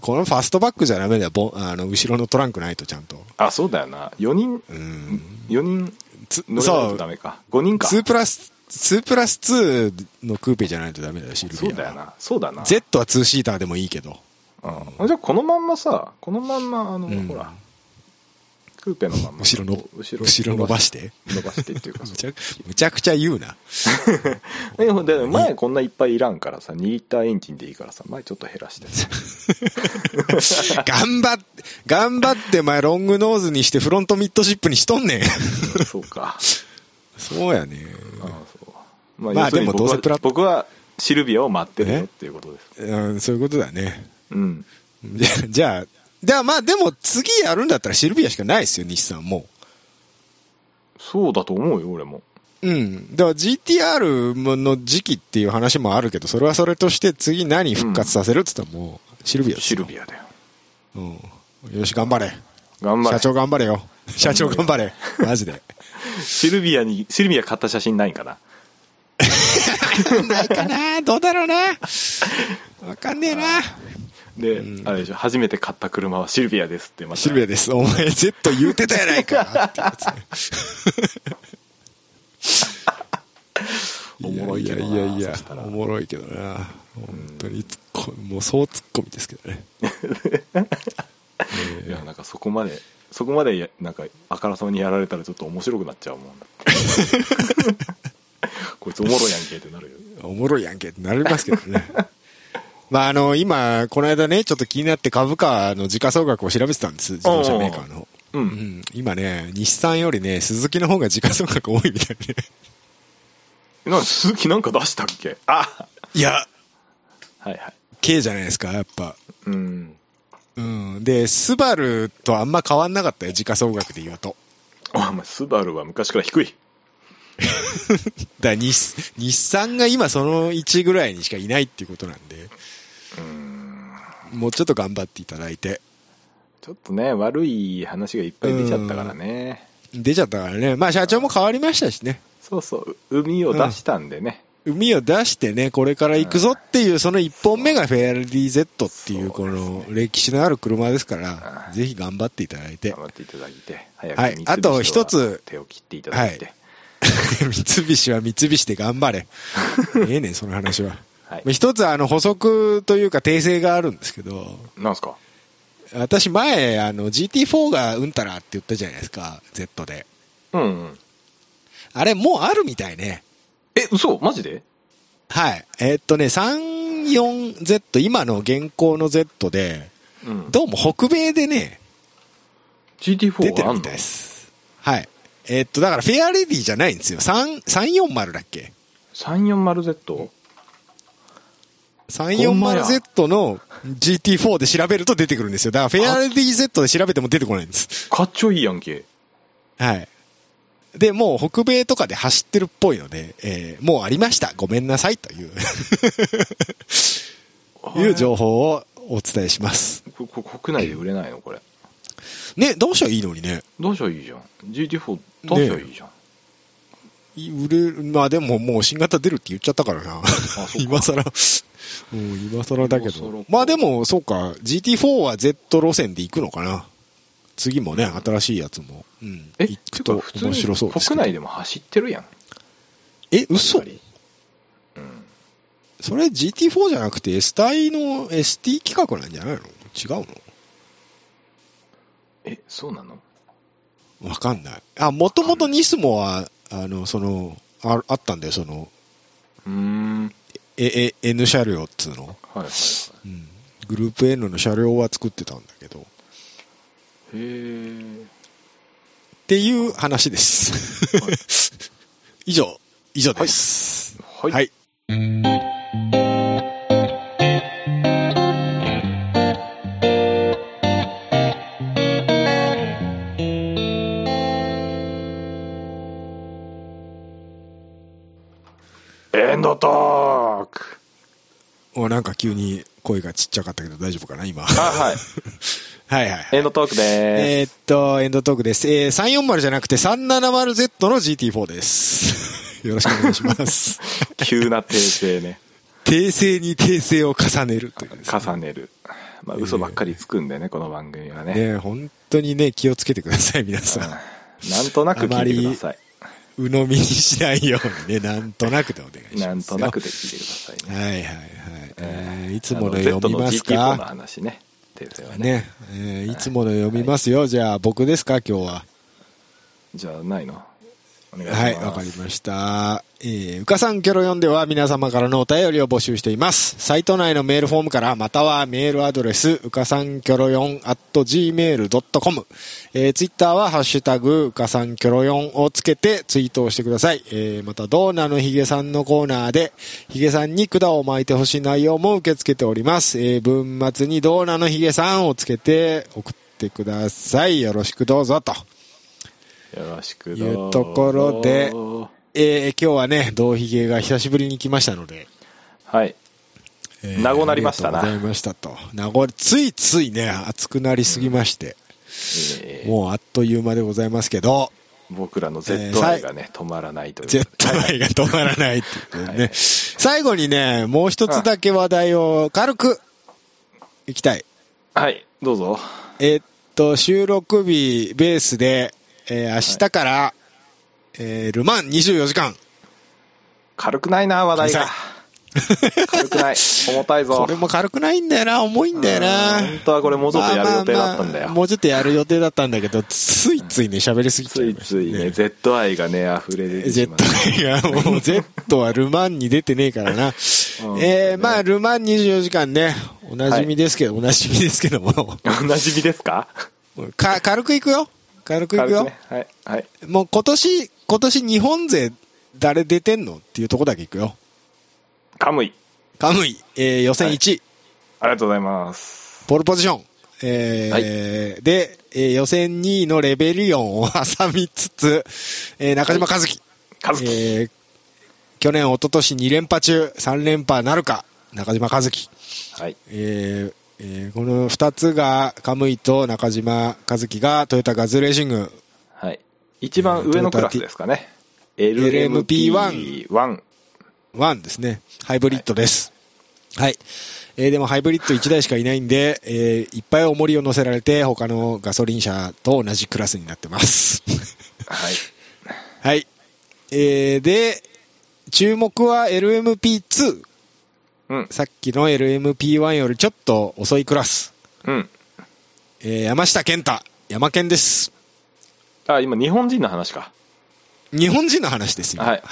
Speaker 2: このファストバックじゃダメだよ。ボンあの、後ろのトランクないとちゃんと。
Speaker 1: あそうだよな4人
Speaker 2: うん。
Speaker 1: 4人
Speaker 2: つ
Speaker 1: 乗れない
Speaker 2: そ
Speaker 1: と
Speaker 2: う
Speaker 1: ダ、メか5人か
Speaker 2: 2プラス、2プラス2のクーペじゃないとダメだよ、シルビア
Speaker 1: そ
Speaker 2: は。
Speaker 1: うだよなそうだな
Speaker 2: Z は2シーターでもいいけど。
Speaker 1: うん、じゃあこのまんまさこのまんまあの、
Speaker 2: うん
Speaker 1: ほらクーペのまんま
Speaker 2: 後ろの、
Speaker 1: 後
Speaker 2: 後
Speaker 1: ろ
Speaker 2: ろ伸ばして。
Speaker 1: 伸ばしてっていうか
Speaker 2: むちゃむちゃくちゃ言うな。
Speaker 1: でもでも前こんないっぱいいらんからさ2リッターエンジンでいいからさ前ちょっと減ら してさ
Speaker 2: 頑張って、頑張って、お前ロングノーズにしてフロントミッドシップにしとんねん。
Speaker 1: そうか
Speaker 2: そうやね。
Speaker 1: ああそうまあ、
Speaker 2: まあ
Speaker 1: 要するに
Speaker 2: でも
Speaker 1: 僕は
Speaker 2: どうせプラ
Speaker 1: 僕はシルビアを待ってるよ
Speaker 2: え
Speaker 1: っていうことです
Speaker 2: うん、そういうことだね。
Speaker 1: うん
Speaker 2: じゃあ、じゃあ、じゃあまあでも次やるんだったらシルビアしかないですよ、西さんも
Speaker 1: そうだと思うよ俺も
Speaker 2: う。うん。だから GTR もの時期っていう話もあるけど、それはそれとして次何復活させるって言ったらもう、シルビアです
Speaker 1: シルビアだよ
Speaker 2: うん。よし、頑張れ。
Speaker 1: 頑張れ
Speaker 2: 社長頑張れよ。社長頑張れ。マジで。
Speaker 1: シルビアにシルビア買った写真ないんかな
Speaker 2: ないかなどうだろうなわかんねえな
Speaker 1: で、あれでしょ初めて買った車はシルビアですってまた
Speaker 2: シルビアです。お前 Z 言うてたやないか。ってやつね
Speaker 1: おもろいけどない
Speaker 2: やいやいや
Speaker 1: そしたら
Speaker 2: おもろいけどな本当にツッコミもうそうツッコミですけどね
Speaker 1: いやなんかそこまでそこまでやなんかあからさまにやられたらちょっと面白くなっちゃうもん こいつおもろいやんけってなるよ
Speaker 2: おもろいやんけってなりますけどね まああの今この間ねちょっと気になって株価の時価総額を調べてたんです自動車メーカーの
Speaker 1: う。
Speaker 2: うんん、今ね、日産よりね、鈴木の方が時価総額多いみたいね。
Speaker 1: なんか鈴木なんか出したっけあ
Speaker 2: いや、
Speaker 1: はいはい。
Speaker 2: K じゃないですか、やっぱ。
Speaker 1: うん。
Speaker 2: うん。で、スバルとあんま変わんなかったよ、時価総額で言うと。
Speaker 1: あ、まあ、スバルは昔から低い。
Speaker 2: だから日、日産が今その1ぐらいにしかいないっていうことなんで。もうちょっと頑張っていただいて。
Speaker 1: ちょっとね、悪い話がいっぱい出ちゃったからね。
Speaker 2: 出ちゃったからね。まあ社長も変わりましたしね。
Speaker 1: そうそう、海を出したんでね。
Speaker 2: 海を出してね、これから行くぞっていう、その一本目がフェアレディ Z っていう、この歴史のある車ですから、ぜひ頑張っていただいて
Speaker 1: 頑。張っていただいて、早
Speaker 2: はい
Speaker 1: 三菱
Speaker 2: あと
Speaker 1: は
Speaker 2: 一つ
Speaker 1: 手を切っていただいて。
Speaker 2: はい 三菱は三菱で頑 張れ。ええねん、その話は。
Speaker 1: はい
Speaker 2: 一つ、あの、補足というか訂正があるんですけど、
Speaker 1: なんすか
Speaker 2: 私前、あの、GT4 がうんたらって言ったじゃないですか、Z で。
Speaker 1: うんうん。
Speaker 2: あれ、もうあるみたいね。
Speaker 1: え、嘘マジで
Speaker 2: はい。えーっとね、34Z、今の現行の Z で、
Speaker 1: うん。
Speaker 2: どうも北米でね、出
Speaker 1: GT4
Speaker 2: て
Speaker 1: があん
Speaker 2: るみ
Speaker 1: の
Speaker 2: たいです。はい。えーっと、だからフェアレディじゃないんですよ。3、340だっけ
Speaker 1: ?340Z? ほんまや
Speaker 2: 340Z の GT4 で調べると出てくるんですよ。だからフェアレディ Z で調べても出てこないんです。
Speaker 1: かっちょいいやんけ。
Speaker 2: はい。で、もう北米とかで走ってるっぽいので、えーもうありました。ごめんなさいという、いう情報をお伝えします。
Speaker 1: ここ国内で売れないのこれ。
Speaker 2: ね、どうしたらいいのにね。
Speaker 1: 出しゃいいじゃん。GT4 出しゃいいじゃん。
Speaker 2: い売れる、まあでももう新型出るって言っちゃったからな。
Speaker 1: そうか
Speaker 2: 今更。うん、今更だけ
Speaker 1: 今更
Speaker 2: ど
Speaker 1: か。
Speaker 2: まあでも、そうか。GT4 は Z 路線で行くのかな。次もね、新しいやつも。うん。
Speaker 1: え、
Speaker 2: 行く
Speaker 1: て
Speaker 2: と
Speaker 1: か普通
Speaker 2: 面
Speaker 1: に
Speaker 2: 白そうですけ
Speaker 1: 国
Speaker 2: ど。
Speaker 1: 内でも走ってるやん。
Speaker 2: え、嘘
Speaker 1: バリ
Speaker 2: それ GT4 じゃなくて S 体の ST 企画なんじゃないの違う
Speaker 1: バリえ、そうなの
Speaker 2: のわかんない。あ、もともとニスモは、あの、その、ああったんだよ、その、
Speaker 1: うーん。はい
Speaker 2: え、え、N 車両っつうの。
Speaker 1: はいはい。
Speaker 2: うん。グループ N の車両は作ってたんだけど。
Speaker 1: へえ。
Speaker 2: っていう話です。
Speaker 1: はい
Speaker 2: 以上、以上です。
Speaker 1: は
Speaker 2: はい。
Speaker 1: エンドトーク
Speaker 2: おなんか急に声がちっちゃかったけど大丈夫かな、今。
Speaker 1: あ、
Speaker 2: は
Speaker 1: はい。
Speaker 2: いはい。
Speaker 1: エンドトークで
Speaker 2: えーっと、エンドトークです。えー、340じゃなくて 370Z の GT4 です。 よろしくお願いし ます。
Speaker 1: す。急な訂正 ね。
Speaker 2: 訂正に訂正を重ねるというですね
Speaker 1: 重ねる。まあ、嘘ばっかりつくんでね、この番組はね。
Speaker 2: ね本当にね、気をつけてください、皆さ
Speaker 1: なんとなく聞いてください。
Speaker 2: ん。鵜呑みにしないようにね、なんとなくでお願いします。
Speaker 1: なんとなく。で聞いてくださいね。
Speaker 2: はいはいはい。えーいつもの
Speaker 1: あ
Speaker 2: 読みます
Speaker 1: Z の GT4 の
Speaker 2: か
Speaker 1: 話ね。訂正はね。
Speaker 2: ね、えーいつもの読みますよ。じゃあ、僕ですか、今日は。
Speaker 1: じゃあ、ないのお願いします。
Speaker 2: はい、わかりました。えー、うかさんキョロ4では皆様からのお便りを募集しています。サイト内のメールフォームから、またはメールアドレス、うかさんキョロ4 at gmail.com。えー、ツイッターは、ハッシュタグ、うかさんキョロ4をつけてツイートをしてください。えー、また、ドーナのひげさんのコーナーで、ひげさんに管を巻いてほしい内容も受け付けております。えー、文末にドーナのひげさんをつけて送ってください。よろしくどうぞと。
Speaker 1: よろしく
Speaker 2: いうところでえー今日はね、同ひげが久しぶりに来ましたので。
Speaker 1: はい
Speaker 2: えー
Speaker 1: 名護なりましたな
Speaker 2: ありがとうございましたと。名護、ついついね、熱くなりすぎまして、
Speaker 1: えー
Speaker 2: もうあっという間でございますけど、
Speaker 1: 僕らの
Speaker 2: えー
Speaker 1: Z
Speaker 2: さ
Speaker 1: 愛
Speaker 2: い
Speaker 1: がね止まらないという
Speaker 2: 絶対が止まらないっていうね。最後にね、もう一つだけ話題を軽くいきたい。
Speaker 1: はいどうぞ
Speaker 2: えーっと、収録日ベースで、えー明日から、えールマン24時間。
Speaker 1: 軽くないな話題が 軽くない重たいぞ
Speaker 2: これも軽くないんだよな、重いんだよな。
Speaker 1: うん本当はこれもうちょっとやる予定だったんだ
Speaker 2: まあまあまあ
Speaker 1: よ
Speaker 2: もうちょっとやる予定だったんだけど、ついついね、喋りすぎち
Speaker 1: つ
Speaker 2: ゃい
Speaker 1: い
Speaker 2: ました
Speaker 1: ついね Z 愛がね溢れ出て
Speaker 2: ジェ
Speaker 1: し
Speaker 2: ッ
Speaker 1: ま
Speaker 2: トが、もう Z はルマンに出てねえからな。えー、まあ、ルマン24時間ね、 おなじみですけど、おなじみですけども、
Speaker 1: うおなじみですか
Speaker 2: か、軽くいくよ。軽くいく
Speaker 1: 軽
Speaker 2: よ、
Speaker 1: ねはいはい
Speaker 2: もう今年今年日本勢誰出てんのっていうとこだけいくよ
Speaker 1: カムイ
Speaker 2: カムイ、えー予選1位、
Speaker 1: ありがとうございます
Speaker 2: ポールポジション、えーで、えー予選2位のレベリオンを挟みつつ、えー中島和樹、
Speaker 1: カズキ、
Speaker 2: えー去年一昨年2連覇中3連覇なるか中島和樹、
Speaker 1: はい
Speaker 2: えーえーこの2つがカムイと中島和樹がトヨタガズレーシング
Speaker 1: はい一番上のクラスですかね
Speaker 2: LMP1
Speaker 1: LMP1
Speaker 2: 1ですね。ハイブリッドです。はい。えーでもハイブリッド1台しかいないんで、えーいっぱい重りを乗せられて、他のガソリン車と同じクラスになってます。
Speaker 1: はい
Speaker 2: はい。えーで、注目は LMP2。
Speaker 1: うん
Speaker 2: さっきの LMP1 よりちょっと遅いクラス。
Speaker 1: うん
Speaker 2: えー山下健太。山健です。
Speaker 1: あ今日本人の話か
Speaker 2: 日本人の話ですよ。
Speaker 1: はい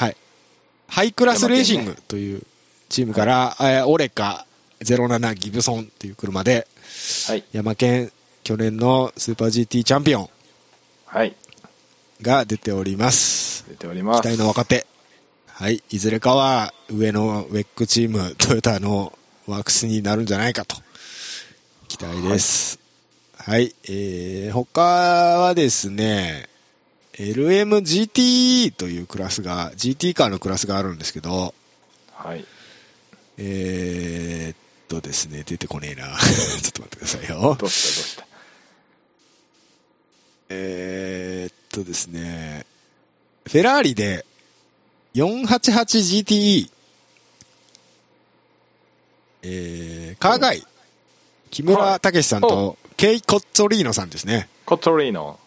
Speaker 2: ハイクラスレーシングというチームから、えーオレカ07ギブソンという車で、
Speaker 1: はい
Speaker 2: 山県去年のスーパー GT チャンピオン
Speaker 1: はい
Speaker 2: が出ております
Speaker 1: 出ておりま
Speaker 2: 期
Speaker 1: す
Speaker 2: 待の若手はいいずれかは上のウェックチームトヨタのワークスになるんじゃないかと期待ですはい、えー、他はですね LMGTE というクラスが GT カーのクラスがあるんですけど
Speaker 1: はい
Speaker 2: えー、っとですね出てこねえな ちょっと待ってくださいよ
Speaker 1: どうしたどうし
Speaker 2: えーっとですね、フェラーリで 488GTE、えー、カーガイ、木村武さんとケイ・コッツォリーノさんですね。
Speaker 1: たコトリーノ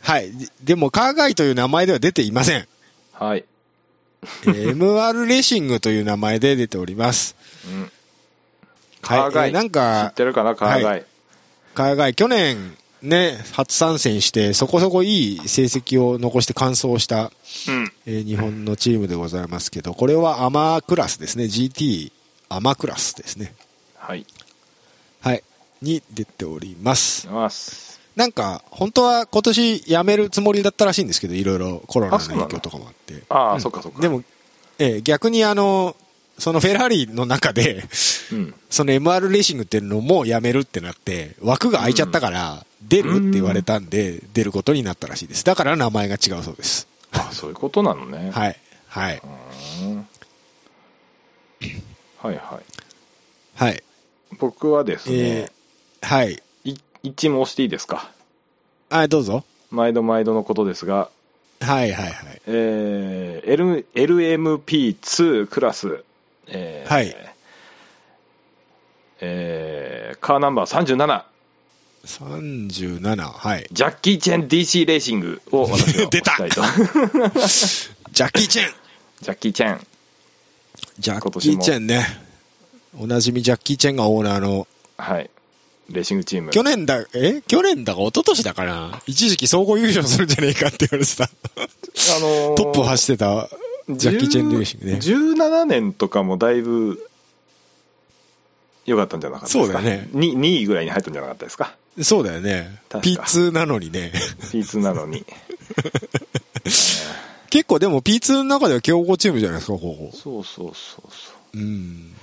Speaker 2: はい。ででも、カーガイという名前では出ていません。
Speaker 1: はい
Speaker 2: え ー MR レーシングという名前で出ております。
Speaker 1: うん
Speaker 2: はい
Speaker 1: カーガイ
Speaker 2: えーなん
Speaker 1: 知
Speaker 2: か
Speaker 1: っ、てるかなカーガイ
Speaker 2: 海外、去年ね、初参戦して、そこそこいい成績を残して完走した、
Speaker 1: うん
Speaker 2: えー日本のチームでございますけど、これはアマクラスですね。GT アマクラスですね。
Speaker 1: はい
Speaker 2: はい。に出ております。
Speaker 1: ます
Speaker 2: なんか、本当は今年辞めるつもりだったらしいんですけど、いろいろコロナの
Speaker 1: あそうなんだ
Speaker 2: 影響とかもあって。
Speaker 1: ああ、そっかそっか
Speaker 2: でも、えー逆にあの、そのフェラーリの中で、
Speaker 1: うん
Speaker 2: その MR レーシングっていうのもやめるってなって、枠が空いちゃったから、出るって言われたんで、出ることになったらしいです。だから名前が違うそうです。
Speaker 1: あそういうことなのねい
Speaker 2: はい。はい。
Speaker 1: はいはい
Speaker 2: はい。
Speaker 1: 僕はです
Speaker 2: え
Speaker 1: ね
Speaker 2: ーはい。
Speaker 1: い一問押していいですか
Speaker 2: はい、どうぞ。
Speaker 1: 毎度毎度のことですが
Speaker 2: はいはいはい。
Speaker 1: えー L- LMP2 クラス、えー
Speaker 2: はい
Speaker 1: えーカーナンバー37
Speaker 2: 37、はい。
Speaker 1: ジャッキー・チェン DC レーシングを私は
Speaker 2: 出た
Speaker 1: 押したいと
Speaker 2: ジャッキー・チェン
Speaker 1: ジャッキー・チェン
Speaker 2: ジャッ
Speaker 1: 今
Speaker 2: キ
Speaker 1: 年
Speaker 2: ー・
Speaker 1: も
Speaker 2: チェンね。おなじみジャッキー・チェンがオーナーの、
Speaker 1: はいレーシングチーム
Speaker 2: 去年だ、え去年だか一昨年だかな一時期総合優勝するんじゃねえかって言わ れてた。
Speaker 1: あのー
Speaker 2: トップを走ってたジャッキー・チェンレーシングね。
Speaker 1: 10 17年とかもだいぶ良かったんじゃなかったですか
Speaker 2: そうだね
Speaker 1: に 2, 位ぐらいに入ったんじゃなかったですか
Speaker 2: そうだよね。
Speaker 1: 確か
Speaker 2: P2 なのにね。
Speaker 1: P2 なのに
Speaker 2: 結構でも P2 の中では強豪チームじゃないですか、ここ。
Speaker 1: そうそうそうそ
Speaker 2: うん。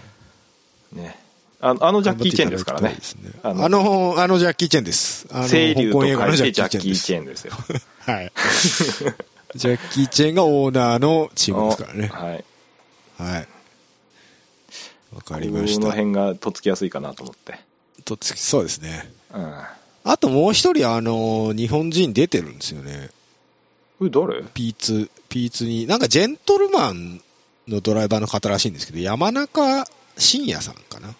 Speaker 1: うねあのあのジャッキー・チェンですからね
Speaker 2: あ
Speaker 1: あ
Speaker 2: の、
Speaker 1: の
Speaker 2: あの、あのジャッキー・チェンです。あの、
Speaker 1: 清流と書い
Speaker 2: の
Speaker 1: てジャッキー・チェンですよ。
Speaker 2: はい。ジャッキー・チェンがオーナーのチームですからね。
Speaker 1: はい。
Speaker 2: はい。わか
Speaker 1: あ
Speaker 2: りまし
Speaker 1: この
Speaker 2: た。
Speaker 1: 辺がとっつきやすいかなと思って。
Speaker 2: とつきそうですね。
Speaker 1: うん。こ
Speaker 2: あともう一人、あの、日本人出てるんですよね。
Speaker 1: れ誰
Speaker 2: P2、P2 に。なんかジェントルマンのドライバーの方らしいんですけど、山中伸也さんかな。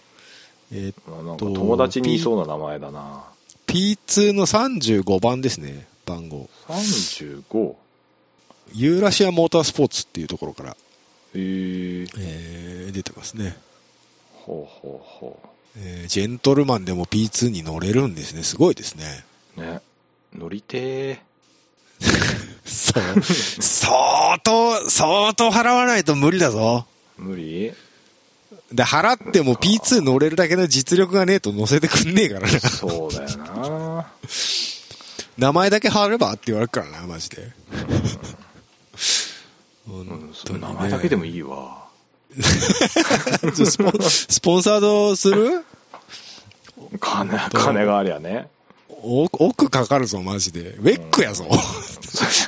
Speaker 2: えー
Speaker 1: あなんか友達にいそうな名前だな。
Speaker 2: P2 の35番ですね、番号。
Speaker 1: 35?
Speaker 2: ユーラシアモータースポーツっていうところから、
Speaker 1: えー、
Speaker 2: えー出てますね。
Speaker 1: ほうほうほ
Speaker 2: えージェントルマンでも P2 に乗れるんですね。すごいですね。
Speaker 1: う。ね。乗りてー。
Speaker 2: そう。相当、相当払わないと無理だぞ。
Speaker 1: 無理
Speaker 2: で、払っても P2 乗 れるだけの実力がねえと乗せてくんねえからな。
Speaker 1: そうだよな。
Speaker 2: 名前だけ貼ればって言われるからな、マジで。
Speaker 1: うん、 その名前だけでもいいわ
Speaker 2: ちょ スポンスポンサードする
Speaker 1: 金金がありゃね
Speaker 2: お奥かかるぞ、マジで。ウェック やぞ。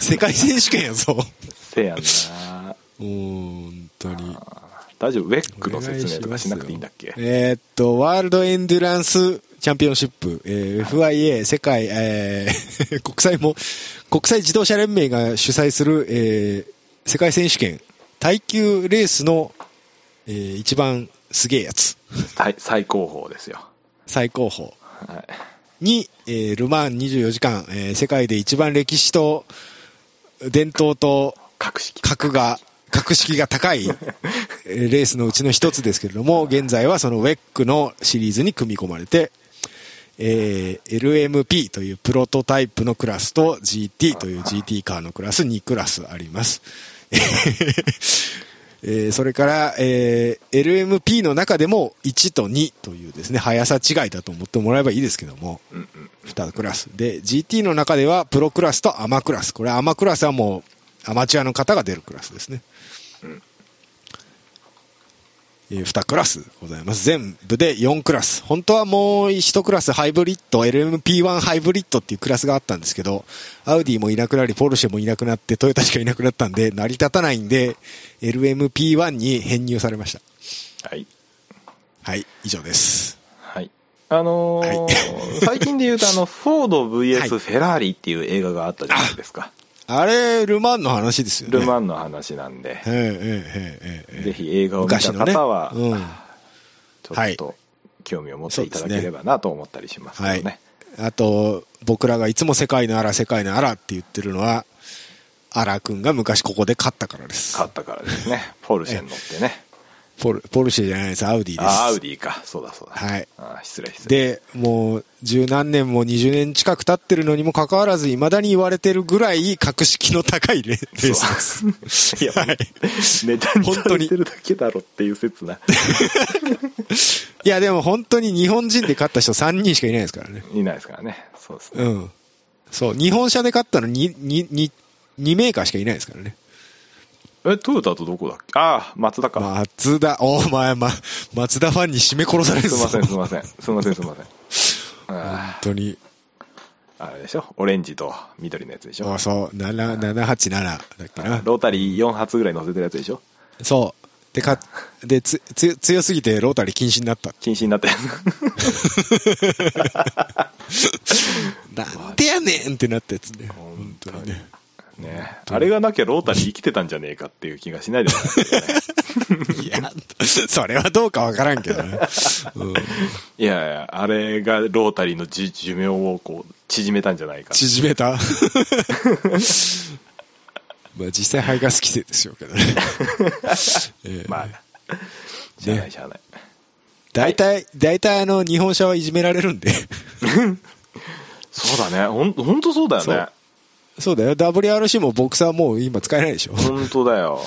Speaker 2: 世界選手権やぞ。
Speaker 1: せやんな
Speaker 2: もう本当に。
Speaker 1: 大丈夫ウェックの説明とかしなくていいんだっけ
Speaker 2: えーっと、ワールドエンデュランスチャンピオンシップ、えー FIA 世界、えー 国際も、国際自動車連盟が主催する、えー世界選手権、耐久レースの、えー一番すげえやつ、
Speaker 1: 最最高峰ですよ
Speaker 2: 最高峰
Speaker 1: はい
Speaker 2: に、えールマン24時間、えー世界で一番歴史と、伝統と、
Speaker 1: 格式
Speaker 2: 格が、格式が 高いえーレースのうちの一つですけれども、現在はそのウェックのシリーズに組み込まれて、えー LMP というプロトタイプのクラスと GT という GT カーのクラス2クラスあります。 えーそれから、えー LMP の中でも1と2というですね、速さ違いだと思ってもらえばいいですけども、2クラス。で、GT の中ではプロクラスとアマクラス。これアマクラスはもうアマチュアの方が出るクラスですね。えー2クラスございます。全部で4クラス。本当はもう1クラスハイブリッド、LMP1 ハイブリッドっていうクラスがあったんですけど、アウディもいなくなり、ポルシェもいなくなって、トヨタしかいなくなったんで、成り立たないんで、LMP1 に編入されました。
Speaker 1: はい
Speaker 2: はい、以上です。
Speaker 1: はいあのー
Speaker 2: はい
Speaker 1: 最近で言うとあのフォード
Speaker 2: はい
Speaker 1: VS フェラーリっていう映画があったじゃないですか
Speaker 2: あれ、ルマンの話ですよね。
Speaker 1: ル・マンの話なんで
Speaker 2: ええ。ええええええ
Speaker 1: ぜひ映画を見た
Speaker 2: 昔のね
Speaker 1: 方は、
Speaker 2: うん
Speaker 1: ちょっと興味を持っていただければなと思ったりしますけど
Speaker 2: は
Speaker 1: ね
Speaker 2: い。あと、僕らがいつも世界のあら、世界のあらって言ってるのは、アラ君が昔ここで勝ったからです。
Speaker 1: 買ったからですねポルシェに乗ってね
Speaker 2: ポルポルシェじゃないです、アウディです。
Speaker 1: あアウディかそうだそうだ
Speaker 2: はい
Speaker 1: あ失礼失礼
Speaker 2: で、もう、十何年も20年近く経ってるのにもかかわらず、未だに言われてるぐらい格式の高いレレースです。
Speaker 1: いや、
Speaker 2: はい
Speaker 1: ネタに
Speaker 2: 本
Speaker 1: さ
Speaker 2: 当
Speaker 1: れ
Speaker 2: に
Speaker 1: てるだけだろっていう説ない
Speaker 2: や、でも本当に日本人で勝った人3人しかいないですからね。
Speaker 1: いないですからねそうですね
Speaker 2: うん。そう、日本車で勝ったのに、に、に、2メーカーしかいないですからね。
Speaker 1: えトヨタとどこだっけああ松田か、
Speaker 2: 松田、お前、ま、松田ファンに締め殺される
Speaker 1: す
Speaker 2: ぞ。
Speaker 1: いませんすいませんすいませんすいません
Speaker 2: 本
Speaker 1: あ
Speaker 2: 当に。
Speaker 1: ーあれでしょオレンジと緑のやつでしょ
Speaker 2: あそう、7、787だっけな。
Speaker 1: ロータリー4発ぐらい乗せてるやつでしょ
Speaker 2: そう。で、か、で、つ、つ、強すぎてロータリー禁止になった。
Speaker 1: 禁止になったや
Speaker 2: なんでやねんってなったやつね。本当に ね。
Speaker 1: つね あれがなきゃロータリー生きてたんじゃねえかっていう気がしないでもないですけどね
Speaker 2: いや、それはどうかわからんけどね。うん
Speaker 1: いやいや、あれがロータリーのじ寿命をこう縮めたんじゃないか。
Speaker 2: 縮めた まあ実際排ガス規制でしょうけ どね。ええ
Speaker 1: まあ、しゃあないしゃあない。
Speaker 2: 大体、大体あの、日本車はいじめられるんで。
Speaker 1: そうだね。ほん、ほんとそうだよね。
Speaker 2: そうだよ。WRC もボクサーもう今使えないでしょ。
Speaker 1: ほんとだよ。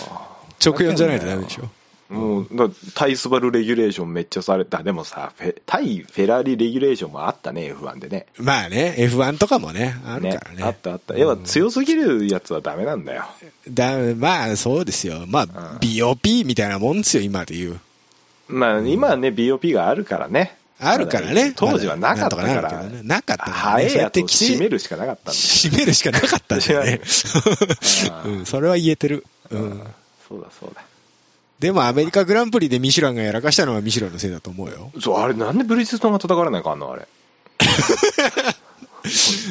Speaker 2: 直四じゃないとダメでしょ。
Speaker 1: もう、だタイスバルレギュレーションめっちゃされた。でもさ、フェ対フェラーリレギュレーションもあったね、F1 でね。
Speaker 2: まあね、F1 とかもね、あるからね。
Speaker 1: あったあった。要は強すぎるやつはダメなんだよ。
Speaker 2: だまあそうですよ。まあ、BOP みたいなもんですよ、今で言う。
Speaker 1: まあ、今はね、BOP があるからね。
Speaker 2: あるからね
Speaker 1: まだ当時はなかったか
Speaker 2: まだなんとかな
Speaker 1: ら
Speaker 2: るけど。ねなかったからね
Speaker 1: 早いやつを
Speaker 2: そうやって
Speaker 1: 締めるしかなかったんだよ
Speaker 2: 締めるしかなかったんだよね。 うん、それは言えてる。うん。
Speaker 1: そうだそうだ。
Speaker 2: でもアメリカグランプリでミシュランがやらかしたのはミシュランのせいだと思うよ。
Speaker 1: そう、あれ、なんでブリヂストンが叩かれないかんのあ れ。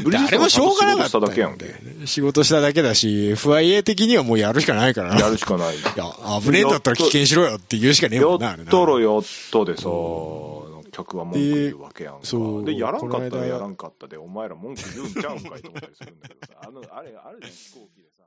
Speaker 1: ブリヂストンが
Speaker 2: 誰もしょうがなかった
Speaker 1: 仕事しただ
Speaker 2: ん
Speaker 1: けやん
Speaker 2: だ
Speaker 1: け。
Speaker 2: よね仕事しただけだし、FIA 的にはもうやるしかないからな。
Speaker 1: やるしかない。
Speaker 2: いや、危ねえんだったら危険しろよって言うしかねえもんな、
Speaker 1: や
Speaker 2: あれ
Speaker 1: っ
Speaker 2: な。
Speaker 1: とろやっとでさ、客は文句言うわけやん
Speaker 2: でそう
Speaker 1: か。で、やらんかった
Speaker 2: この
Speaker 1: ら
Speaker 2: 間
Speaker 1: やらんかったで、お前ら文句言うんちゃうんかいと思ったりするんだけどさ、あの、あれ、あれじゃん飛行機でさ。